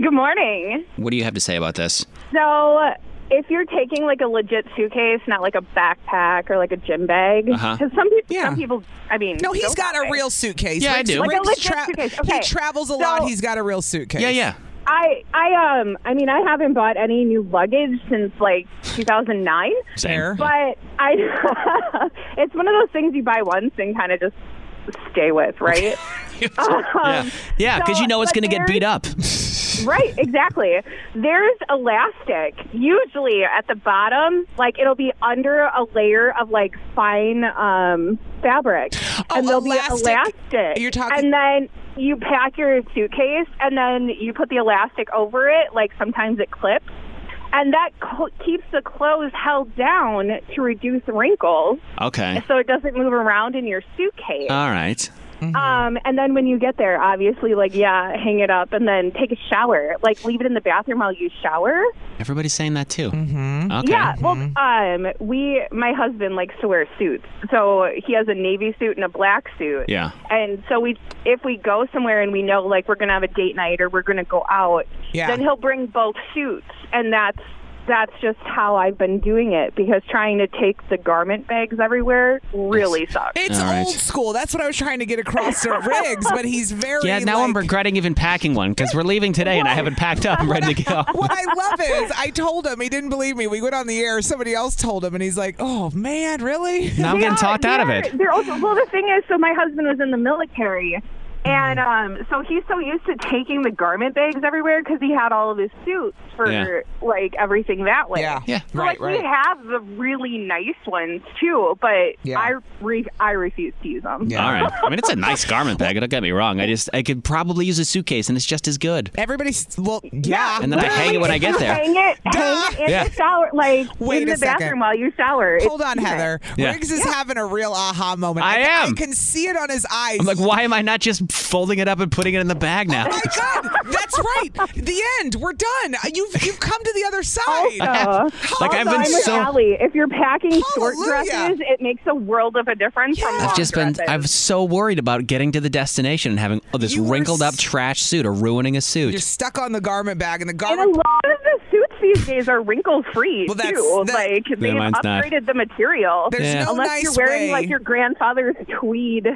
Good morning.
What do you have to say about this?
So, if you're taking like a legit suitcase, not like a backpack or like a gym bag,
Uh-huh.
'cause some people, some people, I mean,
No, he's
go
got
for
a
it.
real suitcase.
Yeah, I
Rick's-
do. Like a
Rick's
legit
tra-
suitcase.
He
Okay.
travels a
So-
lot. He's got a real suitcase.
Yeah, yeah.
I I um I mean I haven't bought any new luggage since like 2009.
Same.
But I it's one of those things you buy once and kind of just stay with, right?
yeah,
Um,
yeah, because
so-
you know it's
but
going to get
there-
beat up.
right, exactly. There's elastic usually at the bottom, like it'll be under a layer of like fine um, fabric, and there'll be elastic. You're talking, and then you pack your suitcase, and then you put the elastic over it. Like sometimes it clips, and that co- keeps the clothes held down to reduce wrinkles,
Okay.
so it doesn't move around in your suitcase.
All right.
Mm-hmm.
Um, and then when you get there, obviously, like, yeah, hang it up and then take a shower. Like, leave it in the bathroom while you shower.
Everybody's saying that too. Mm-hmm. Okay.
Yeah. Well, um, we, my husband likes to wear suits. So he has a navy suit and a black suit.
Yeah.
And so we, if we go somewhere and we know, like, we're going to have a date night or we're going to go out,
Yeah.
then he'll bring both suits. And that's, that's just how I've been doing it because trying to take the garment bags everywhere really sucks.
It's
All right.
old school. That's what I was trying to get across to Riggs, but he's very.
Yeah, now
like-
I'm regretting even packing one because we're leaving today and I haven't packed up. I'm ready to go.
what I love is I told him he didn't believe me. We went on the air. Somebody else told him, and he's like, "Oh man, really?"
Now I'm
They
getting
are-
talked
they
out of
are-
it.
They're also, well, the thing is, so my husband was in the military, and um, so he's so used to taking the garment bags everywhere because he had all of his suits for
Yeah.
like everything that way.
Yeah. Yeah.
So,
Right,
like, We
right.
have the really nice ones too, but
Yeah.
I re- I refuse to use them.
All right. I mean, it's a nice garment bag. Don't get me wrong. I just I could probably use a suitcase and it's just as good.
Everybody's well, yeah.
And then I hang it when I get there.
Hang it, hang it in
Yeah.
the shower, like
Wait
in
a
the
second.
bathroom while you shower.
Hold
It's
on,
okay.
Heather.
Yeah.
Riggs is having a real aha moment.
I
I
am.
can see it on his eyes.
I'm like, why am I not just folding it up and putting it in the bag now?
Oh my God, that's right. The end. We're done. You've you've come to the other side.
Also,
Like, I've been
I'm with
so-
Allie. If you're packing short
Hallelujah.
dresses, it makes a world of a difference. From long
I've just been
dresses.
I'm so worried about getting to the destination and having oh, this wrinkled up trash suit or ruining a
You're
suit.
stuck on the garment bag, and the
And a
garment.
lot of the suits these days are wrinkle free
Well, that's-
too.
that-
like
Yeah,
they've
mine's not.
upgraded the material.
There's Yeah. no
Unless
nice
you're wearing
way.
like your grandfather's tweed.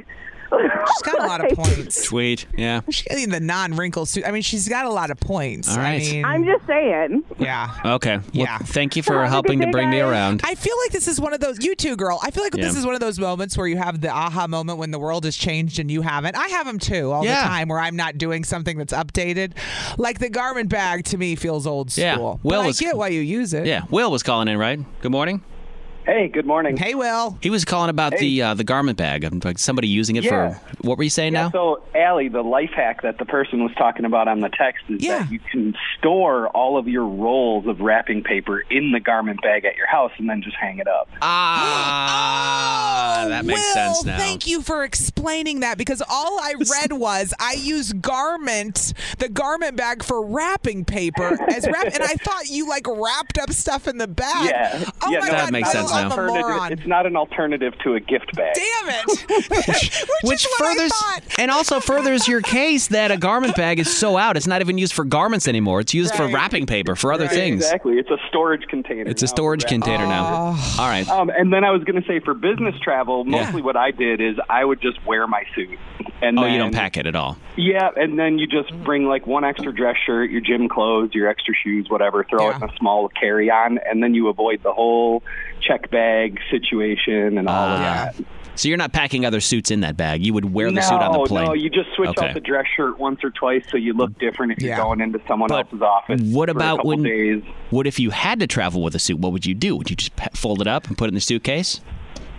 She's got a lot of points.
Sweet. Yeah.
She's getting the non-wrinkle suit. I mean, she's got a lot of points.
All
I
right.
mean,
I'm just saying.
yeah.
Okay. Well, yeah. Thank you for helping to bring me around.
I feel like this is one of those you two girl. I feel like
Yeah.
this is one of those moments where you have the aha moment when the world has changed and you haven't. I have them too all
Yeah.
the time where I'm not doing something that's updated. Like the garment bag to me feels old
Yeah.
school.
Will
but
is-
I get why you use it.
Yeah. Will was calling in, right? Good morning.
Hey, good morning.
Hey, Will.
He was calling about the uh, the garment bag. I'm like somebody using it
Yeah.
for what were you saying
Yeah,
now?
so, Allie, the life hack that the person was talking about on the text is that you can store all of your rolls of wrapping paper in the garment bag at your house and then just hang it up.
Ah, that makes
Oh, Will,
sense now.
Thank you for explaining that because all I read was I use garment, the garment bag for wrapping paper as wrap, and I thought you like wrapped up stuff in the bag.
Yeah.
Oh
yeah,
my
no,
God,
it's
makes
not
sense
an
now.
alternative-
Moron.
It's not an alternative to a gift bag.
Damn it!
Which furthers and also furthers your case that a garment bag is so out. It's not even used for garments anymore. It's used for wrapping paper for other
Right,
things.
Exactly. It's a storage container.
It's a
now.
storage container now. All right.
Um, and then I was going to say for business travel,
Yeah.
mostly what I did is I would just wear my suit. And
oh,
then,
you don't pack it at all.
Yeah, and then you just bring like one extra dress shirt, your gym clothes, your extra shoes, whatever. Throw it in a small carry on, and then you avoid the whole check bag situation and all of that.
So you're not packing other suits in that bag. You would Ah. wear the suit on
No,
the plane.
No, you just switch
Okay.
out the dress shirt once or twice so you look different if you're going into someone else's office.
What
for a
about
couple
when?
days.
What if you had to travel with a suit? What would you do? Would you just pa- fold it up and put it in the suitcase?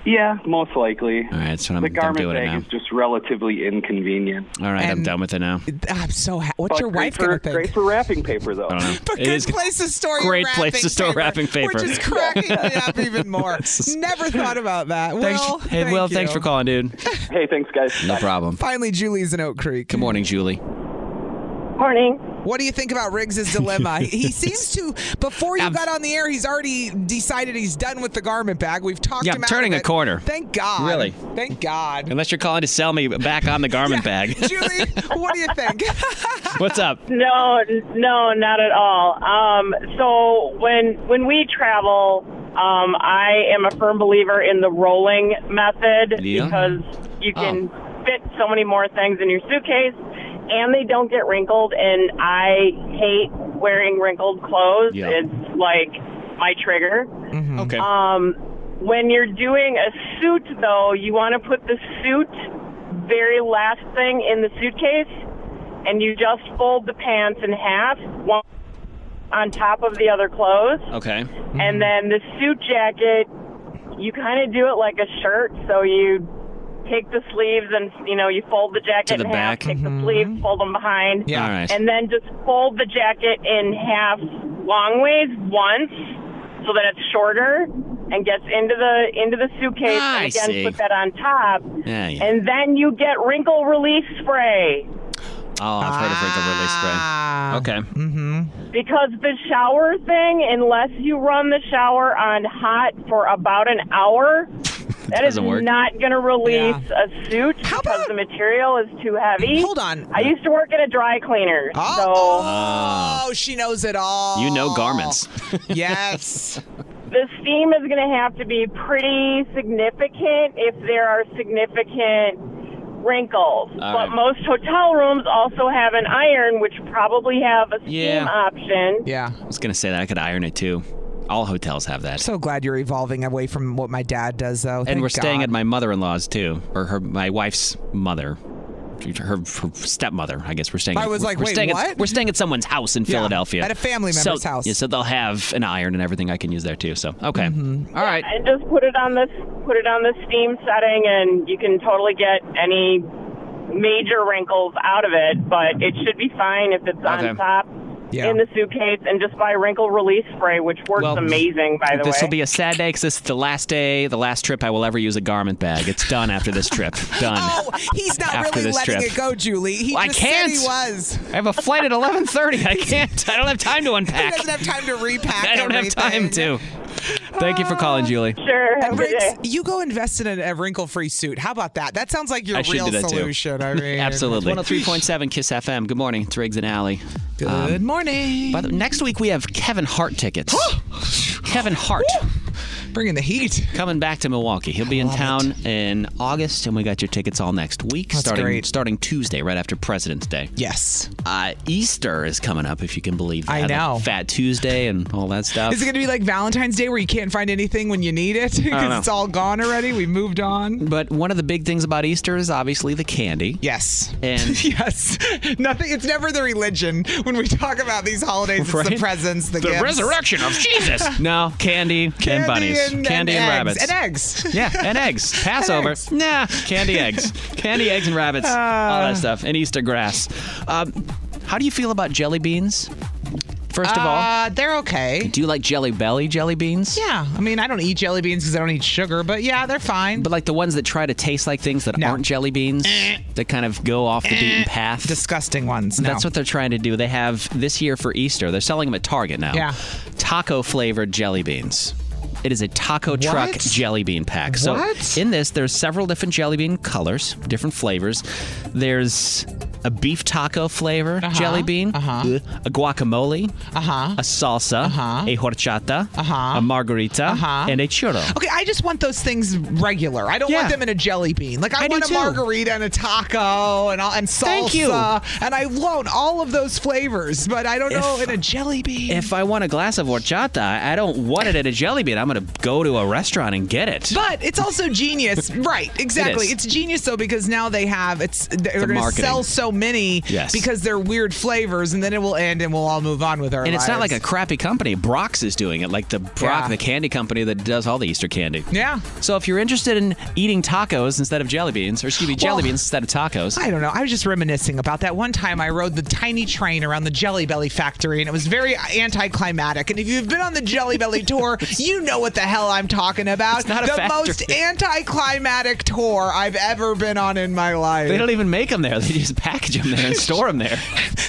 Yeah, most likely.
All right, that's what I'm,
the
I'm
garment
doing it
bag
now.
is just relatively inconvenient.
All right, I'm done with it now.
I'm so happy. What's
But
your
great
wife gonna
for-
think?
Great for wrapping paper, though.
I don't know.
But
It
good
is-
place to store your
Great place
wrapping
to store
paper,
wrapping paper.
Which is cracking me up even more. Never thought about that.
Thanks-
Well,
hey,
thank
Will,
you.
thanks for calling, dude.
Hey, thanks, guys.
No problem.
Finally, Julie's in Oak Creek.
Good morning, Julie.
Morning. What do you think about Riggs's dilemma? he he seems to. Before you got on the air, he's already decided he's done with the garment bag. We've talked
Yeah,
him
I'm
out
turning
of
a
it.
corner.
Thank God.
Really?
Thank God.
Unless you're calling to sell me back on the garment bag.
Julie, what do you think?
What's up?
No, n- no, not at all. Um, so when when we travel, um, I am a firm believer in the rolling method
Yeah. Oh.
because you can fit so many more things in your suitcase. and they don't get wrinkled. And I hate wearing wrinkled clothes.
Yeah.
It's like my trigger.
Mm-hmm.
Okay.
Um, when you're doing a suit, though, you want to put the suit very last thing in the suitcase, and you just fold the pants in half, one on top of the other clothes.
Okay.
And then the suit jacket, you kind of do it like a shirt. So you take the sleeves and you know you fold the
To
jacket
the
in half,
back. Mm-hmm.
take the sleeves, fold them behind,
Yeah. All right.
and then just fold the jacket in half long ways once, so that it's shorter and gets into the into the suitcase.
Ah, I
and again,
see.
put that on top,
Yeah, yeah.
and then you get wrinkle relief spray.
Oh, I've heard of wrinkle release
Ah.
spray. Okay.
Mm.
Because the shower thing, unless you run the shower on hot for about an hour, that is
doesn't work.
not going to release a suit because the material is too heavy. Hold on. I used to work at a dry cleaner,
Oh.
Oh, she knows it all.
You know garments.
Yes.
so the steam is going to have to be pretty significant if there are significant wrinkles.
All
but
right.
most hotel rooms also have an iron, which probably have a steam
Yeah.
option.
Yeah.
I was gonna say that I could iron it too. All hotels have that.
So glad you're evolving away from what my dad does, though.
and we're staying at my mother-in-law's too, or her my wife's mother, She- her, her stepmother. I guess we're staying.
I
at-
was
we're-
like,
we're
wait,
staying
what?
At, we're staying at someone's house in
Yeah,
Philadelphia.
at a family
So-
member's house.
Yeah, so they'll have an iron and everything I can use there too. So okay,
Mm-hmm.
All right.
And just put it on this put it on the steam setting and you can totally get any major wrinkles out of it, but it should be fine if it's
Okay.
on top
Yeah.
in the suitcase and just buy wrinkle release spray which works
Well,
amazing by the
this
way.
will be a sad day because this is the last day, the last trip I will ever use a garment bag. It's done after this trip. Done.
Oh, he's not
After
really
this
letting
trip.
it go, Julie. He
I
just
can't.
said he was.
I have a flight at 11:30. I can't. I don't have time to
He
unpack.
doesn't have time to repack.
I don't have time to. Thank you for
Uh,
calling, Julie.
Sure.
And Riggs, you go invest in a, a wrinkle-free suit. How about that? That sounds like your
I should
real
do that
solution.
too.
I mean,
Absolutely. 103.7 Kiss FM. Good morning. It's Riggs and Alley. Good
morning.
By the, next week we have Kevin Hart tickets. Kevin Hart.
Bringing the heat.
Coming back to Milwaukee. He'll be in town in August, and we got your tickets all next week,
That's
starting
great.
starting Tuesday, right after President's Day.
Yes.
Uh, Easter is coming up, if you can believe that.
I
Like
know.
Fat Tuesday and all that stuff.
Is it going to be like Valentine's Day where you can't find anything when you need it because
know.
it's all gone already? We moved on.
But one of the big things about Easter is obviously the candy.
Yes.
And
yes. Nothing. It's never the religion when we talk about these holidays. It's
Right?
the presents, the, gifts.
no, candy, and bunnies. candy and,
eggs.
rabbits.
And eggs.
Yeah, and eggs. Passover. Nah, candy eggs. candy eggs and rabbits.
Ah.
all that stuff. And Easter grass. Um, how do you feel about jelly beans? First of all,
Uh, they're okay.
do you like Jelly Belly jelly beans?
Yeah. I mean, I don't eat jelly beans because I don't eat sugar, but yeah, they're fine. Eh.
But like the ones that try to taste like things that aren't jelly beans, that kind of go off the beaten path.
Disgusting ones.
That's what they're trying to do. They have this year for Easter, they're selling them at Target now.
Yeah.
Taco flavored jelly beans. It is a taco truck jelly bean pack. So
What?
in this, there's several different jelly bean colors, different flavors. There's a beef taco flavor
Uh-huh.
jelly bean, uh a guacamole, uh-huh. a salsa, uh-huh. a horchata, uh-huh. a margarita, uh-huh. and a churro.
Okay, I just want those things regular. I don't
Yeah.
want them in a jelly bean. Like I,
I do
want a
too.
margarita and a taco and all, and salsa.
Thank you.
And I want all of those flavors, but I don't know
If-
in a jelly bean.
If I want a glass of horchata, I don't want it at a jelly bean. I'm going to go to a restaurant and get it.
But it's also genius, right? Exactly.
is.
it's genius though because now they have it's they're going to
marketing.
sell so many
Yes.
because they're weird flavors, and then it will end, and we'll all move on with our.
And it's not
lives.
like a crappy company. Brock's is doing it, like the Brock,
Yeah.
the candy company that does all the Easter candy.
Yeah.
So if you're interested in eating tacos instead of jelly beans, or excuse me, jelly
Well,
beans instead of tacos,
I don't know. I was just reminiscing about that one time I rode the tiny train around the Jelly Belly factory, and it was very anticlimactic. And if you've been on the Jelly Belly tour, you know what the hell I'm talking about.
It's not a
the
factory.
most anticlimactic tour I've ever been on in my life.
they don't even make them there. They just package them there and store them there.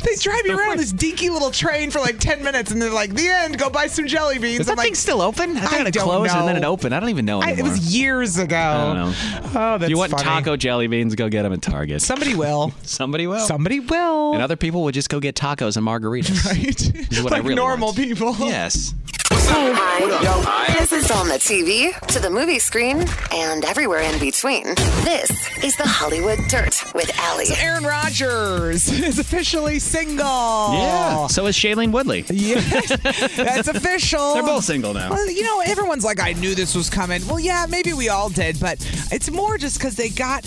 They drive you around this dinky little train for like ten minutes, and they're like, "The end. Go buy some jelly beans."
Is that
I'm like,
thing still open? I thought
I
it
don't
closed and then it
know.
opened. I don't even know
I-
anymore.
it was years ago.
I don't know.
Oh,
if
that's
you want
funny.
taco jelly beans, go get them at Target.
Somebody will.
Somebody will.
Somebody will.
And other people would just go get tacos and margaritas. Right. Is what I
like
really want.
normal people.
Yes.
What's
Hey, This is on the TV, to the movie screen, and everywhere in between. This is the Hollywood Dirt with Allie.
So Aaron Rodgers is officially single.
Yeah. So is Shailene Woodley.
Yeah. That's official.
They're both single now.
Well, you know, everyone's like, I knew this was coming. Well, yeah, maybe we all did, but it's more just because they got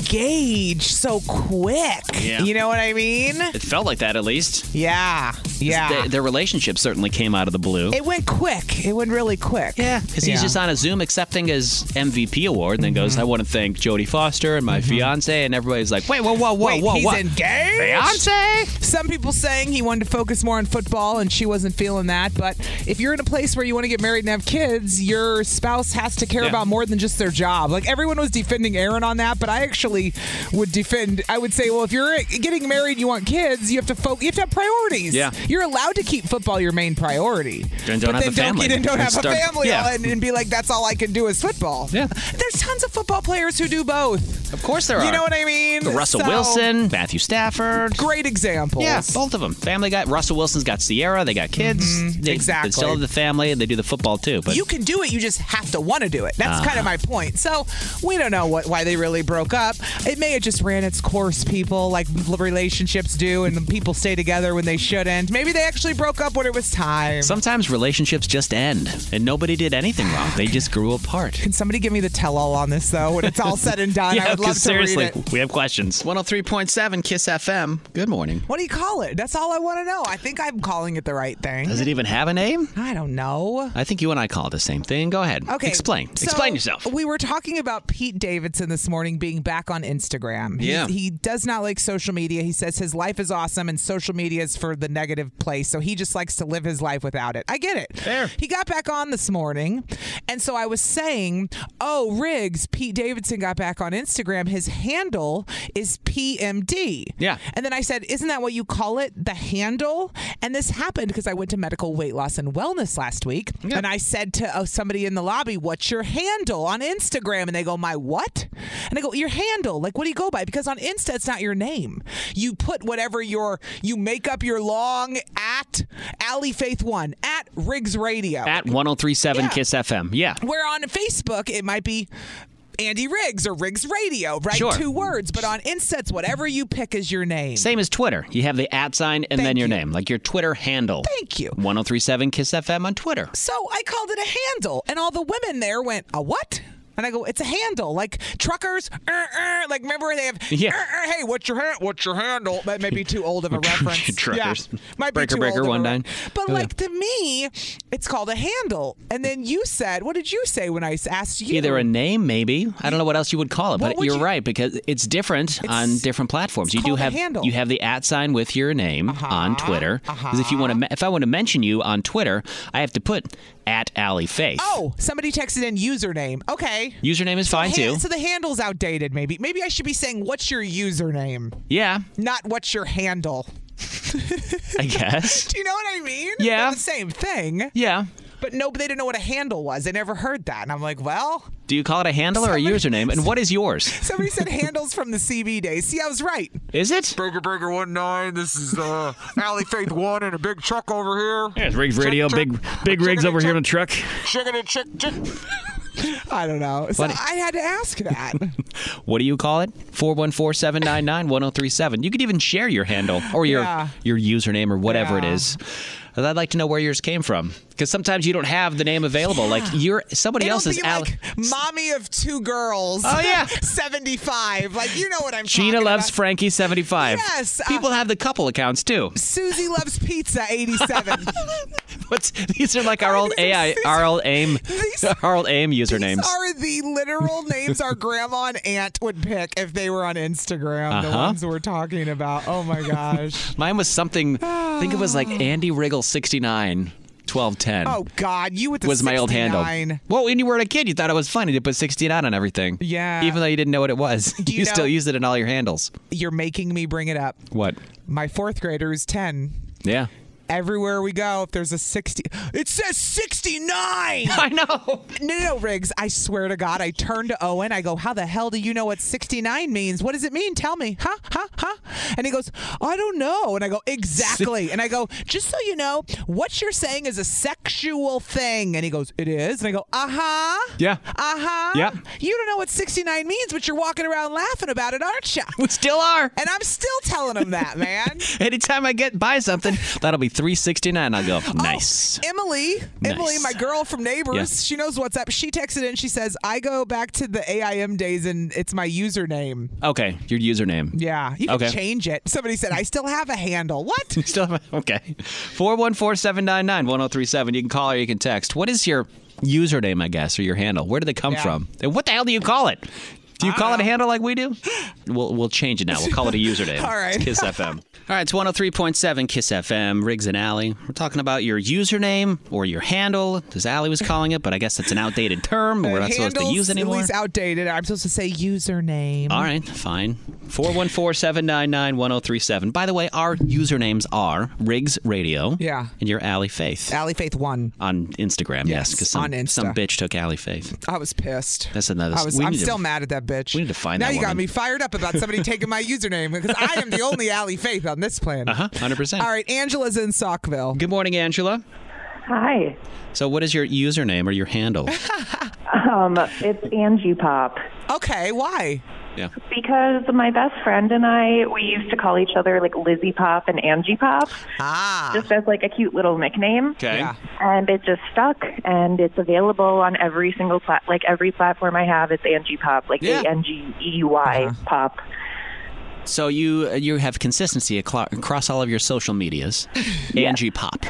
engaged so quick.
Yeah.
You know what I mean?
It felt like that at least.
Yeah. Yeah.
They- their relationship certainly came out of the blue.
It went quick. It went really quick. Yeah. Mm-hmm.
Because he's just on a Zoom accepting his MVP award and then goes, I want to thank Jodie Foster and my fiance. And everybody's like, wait, whoa, whoa, whoa,
Wait,
whoa,
he's
whoa.
engaged.
Beyonce.
Some people saying he wanted to focus more on football, and she wasn't feeling that. But if you're in a place where you want to get married and have kids, your spouse has to care
Yeah.
about more than just their job. Like everyone was defending Aaron on that, but I actually would defend. I would say, well, if you're getting married, you want kids, you have to focus. You have to have priorities.
Yeah.
you're allowed to keep football your main priority.
Then don't
but
have a
then don't
family.
get in, don't
And
have
start-
a family,
yeah.
all- and, and be like, that's all I can do is football. Yeah, there's tons of football players who do both.
Of course there
You
are.
know what I mean?
Russell
So-
Wilson, Matthew Stafford.
Great examples.
Yeah, both of them. Family got Russell Wilson's got Sierra. They got kids. They,
Mm-hmm. exactly.
They still have the family. and They do the football too. But
you can do it. You just have to want to do it. That's
Uh-huh.
kind of my point. So we don't know what why they really broke up. It may have just ran its course, people like relationships do, and people stay together when they shouldn't. Maybe they actually broke up when it was time.
sometimes relationships just end, and nobody did anything wrong. They just grew apart.
Can somebody give me the tell-all on this though? When it's all said and done,
yeah,
I would love
'cause
to
seriously,
read it.
we have questions. 103.7 Kiss FM. Good morning.
What do you call it? That's all I want to know. I think I'm calling it the right thing.
Does it even have a name?
I don't know.
I think you and I call it the same thing. Go ahead.
Okay.
Explain.
so
Explain yourself.
We were talking about Pete Davidson this morning being back on Instagram. He-
Yeah.
He, does not like social media. He says his life is awesome and social media is for the negative place. So he just likes to live his life without it. I get it. Fair. He got back on this morning. And so I was saying, oh, Riggs, Pete Davidson got back on Instagram. His handle is PMD.
Yeah.
And then I said, Isn't that what you call it? The handle? And this happened because I went to medical weight loss and wellness last week. And I said to uh, somebody in the lobby, What's your handle on Instagram? And they go, My what? And I go, Your handle. Like, what do you go by? Because on Insta, it's not your name. You put whatever your, you make up your long at Alley Faith One, at Riggs Radio.
At 1037 Kiss FM. Yeah.
Where on Facebook it might be Andy Riggs or Riggs Radio, right?
Sure.
Two words, but on Insta it's whatever you pick as your name.
Same as Twitter. You have the at sign and then your name, like your Twitter handle. Thank
you.
1037 Kiss FM on Twitter.
So I called it a handle, and all the women there went, "A what?" And I go, "It's a handle, like truckers, er, er, like remember where they have,
Yeah.
er, er, hey, what's your hand? What's your handle?" That may be too old of a reference. Yeah.
Truckers.
might be
Breaker,
too
breaker,
old of a
one
re-
nine.
But
Oh, yeah.
like to me, it's called a handle. And then you said, "What did you say when I s- asked you?"
Either a name, maybe. I don't know what else you would call it,
What
but
would
you're
you-
right because it's different on different platforms. You do
called a
have
handle. Uh-huh.
you have the at sign with your name on Twitter. 'Cause if you want to, me- if I want to mention you on Twitter, I have to put at Alley Faith.
Oh, somebody texted in username. Okay.
Username is fine
Hand-
too.
So the handle's outdated, maybe. Maybe I should be saying, "What's your username?"
yeah,
Not "What's your handle."
I guess.
Do you know what I mean?
Yeah.
They're the same thing.
Yeah.
But no, they didn't know what a handle was. They never heard that. And I'm like, well,
Do you call it a handle or a username? And what is yours?
somebody said handles from the CB days. See, I was right.
Is it?
Burger Burger One Nine. This is uh, Alley Faith One and a big truck over here.
Yeah, it's Riggs Radio. Big big rigs over here in the truck.
Chicken and chick chick.
I don't know. So
Funny.
I had to ask that.
What do you call it? 414-799-1037. You could even share your handle or your
Yeah.
your username or whatever it is. And I'd like to know where yours came from because sometimes you don't have the name available. Like you're somebody
It'll
else's.
be
Al-
like mommy of two girls.
Oh, yeah.
75. Like, you know what I'm
Gina
talking
loves
about.
Frankie seventy five.
Yes, uh,
people have the couple accounts too.
Susie loves pizza 87.
What's these are like our old AI, our old aim, our old aim usernames.
These are the literal names our grandma and aunt would pick if they were on Instagram, the
Uh-huh.
ones we're talking about. Oh my gosh.
Mine was something. I think it was
Ah.
like Andy Riggle sixty nine. 1210
Oh God, you with the
was my old handle.
69.
Well, when you were a kid, you thought it was funny to put 69 on everything.
Yeah.
Even though you didn't know what it was. You,
you know-
still used it in all your handles.
You're making me bring it up.
What?
My fourth grader is ten.
Yeah.
Everywhere we go, if there's a 60, it says 69. I
know.
No, no, no, Riggs. I swear to God, I turn to Owen. I go, How the hell do you know what 69 means? What does it mean? Tell me. Huh? Huh? Huh? And he goes, I don't know. And I go, Exactly. And I go, Just so you know, what you're saying is a sexual thing. And he goes, It is. And I go, Uh huh.
Yeah.
Uh huh.
Yep.
You don't know what 69 means, but you're walking around laughing about it, aren't you?
We still are.
And I'm still telling him that, man.
Anytime I get buy something, that'll be 369. I'll
Oh.
go, nice.
Emily, Emily,
Nice.
my girl from Neighbors,
Yeah.
she knows what's up. She texted in. She says, "I go back to the AIM days, and it's my username."
Okay, your username.
Yeah, you can
okay.
change it. Somebody said, "I still have a handle." What?
You still have okay. 414-799-1037. You can call or you can text. What is your username, I guess, or your handle? Where did they come
Yeah.
from? And what the hell do you call it? Do you call it a handle like we do? We'll we'll change it now. We'll call it a username.
All right.
It's Kiss FM. All right, it's 103.7 Kiss FM, Riggs and Alley. We're talking about your username or your handle, as Alley was calling it, but I guess that's an outdated term. We're not supposed to
Handles,
use it
At
anymore.
least outdated. I'm supposed to say username.
All right, fine. 414 799 1037. By the way, our usernames are Riggs Radio.
Yeah.
And you're Allie Faith.
Alley Faith one.
On Instagram, yes.
Yes,
Because some,
on Insta.
some bitch took Allie Faith.
I was pissed.
That's another
I was,
we
I'm
need to-
still mad at that bitch.
We need to find
now
that
you got
woman.
me fired up about somebody taking my username because I am the only Alley Faith on this planet.
Uh huh, 100%.
All right, Angela's in Sockville.
Good morning, Angela.
Hi.
So, what is your username or your handle?
Um, it's Angie Pop.
Okay, why?
Yeah.
Because my best friend and I, we used to call each other like Lizzie Pop and Angie Pop.
Ah.
Just as like a cute little nickname.
Okay. Yeah.
And it just stuck, and it's available on every single plat, like every platform I have. It's Angie Pop, like
Yeah. Uh-huh.
A N G E Y Pop.
So, you you have consistency aclo- across all of your social medias. Angie Pop.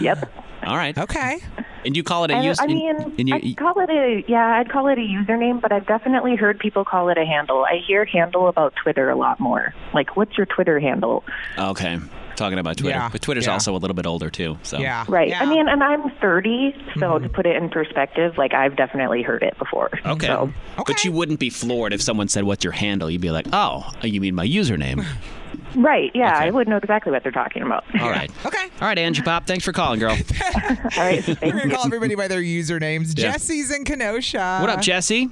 Yep.
All right.
Okay.
And you call it a
I,
use-
I
and-
mean,
and you-
I'd call it a yeah, I'd call it a username, but I've definitely heard people call it a handle. I hear handle about Twitter a lot more. Like, what's your Twitter handle?
Okay. Talking about Twitter.
Yeah,
But Twitter's
yeah.
also a little bit older, too. So.
Right. I mean, and I'm 30, so to put it in perspective, like I've definitely heard it before.
Okay. But you wouldn't be floored if someone said, What's your handle? You'd be like, Oh, you mean my username?
Right. Yeah, I would know exactly what they're talking about.
All right.
Okay.
All right, Angie Pop. Thanks for calling, girl.
All right.
We're gonna call everybody by their usernames.
Yeah.
Jesse's in Kenosha.
What up, Jesse?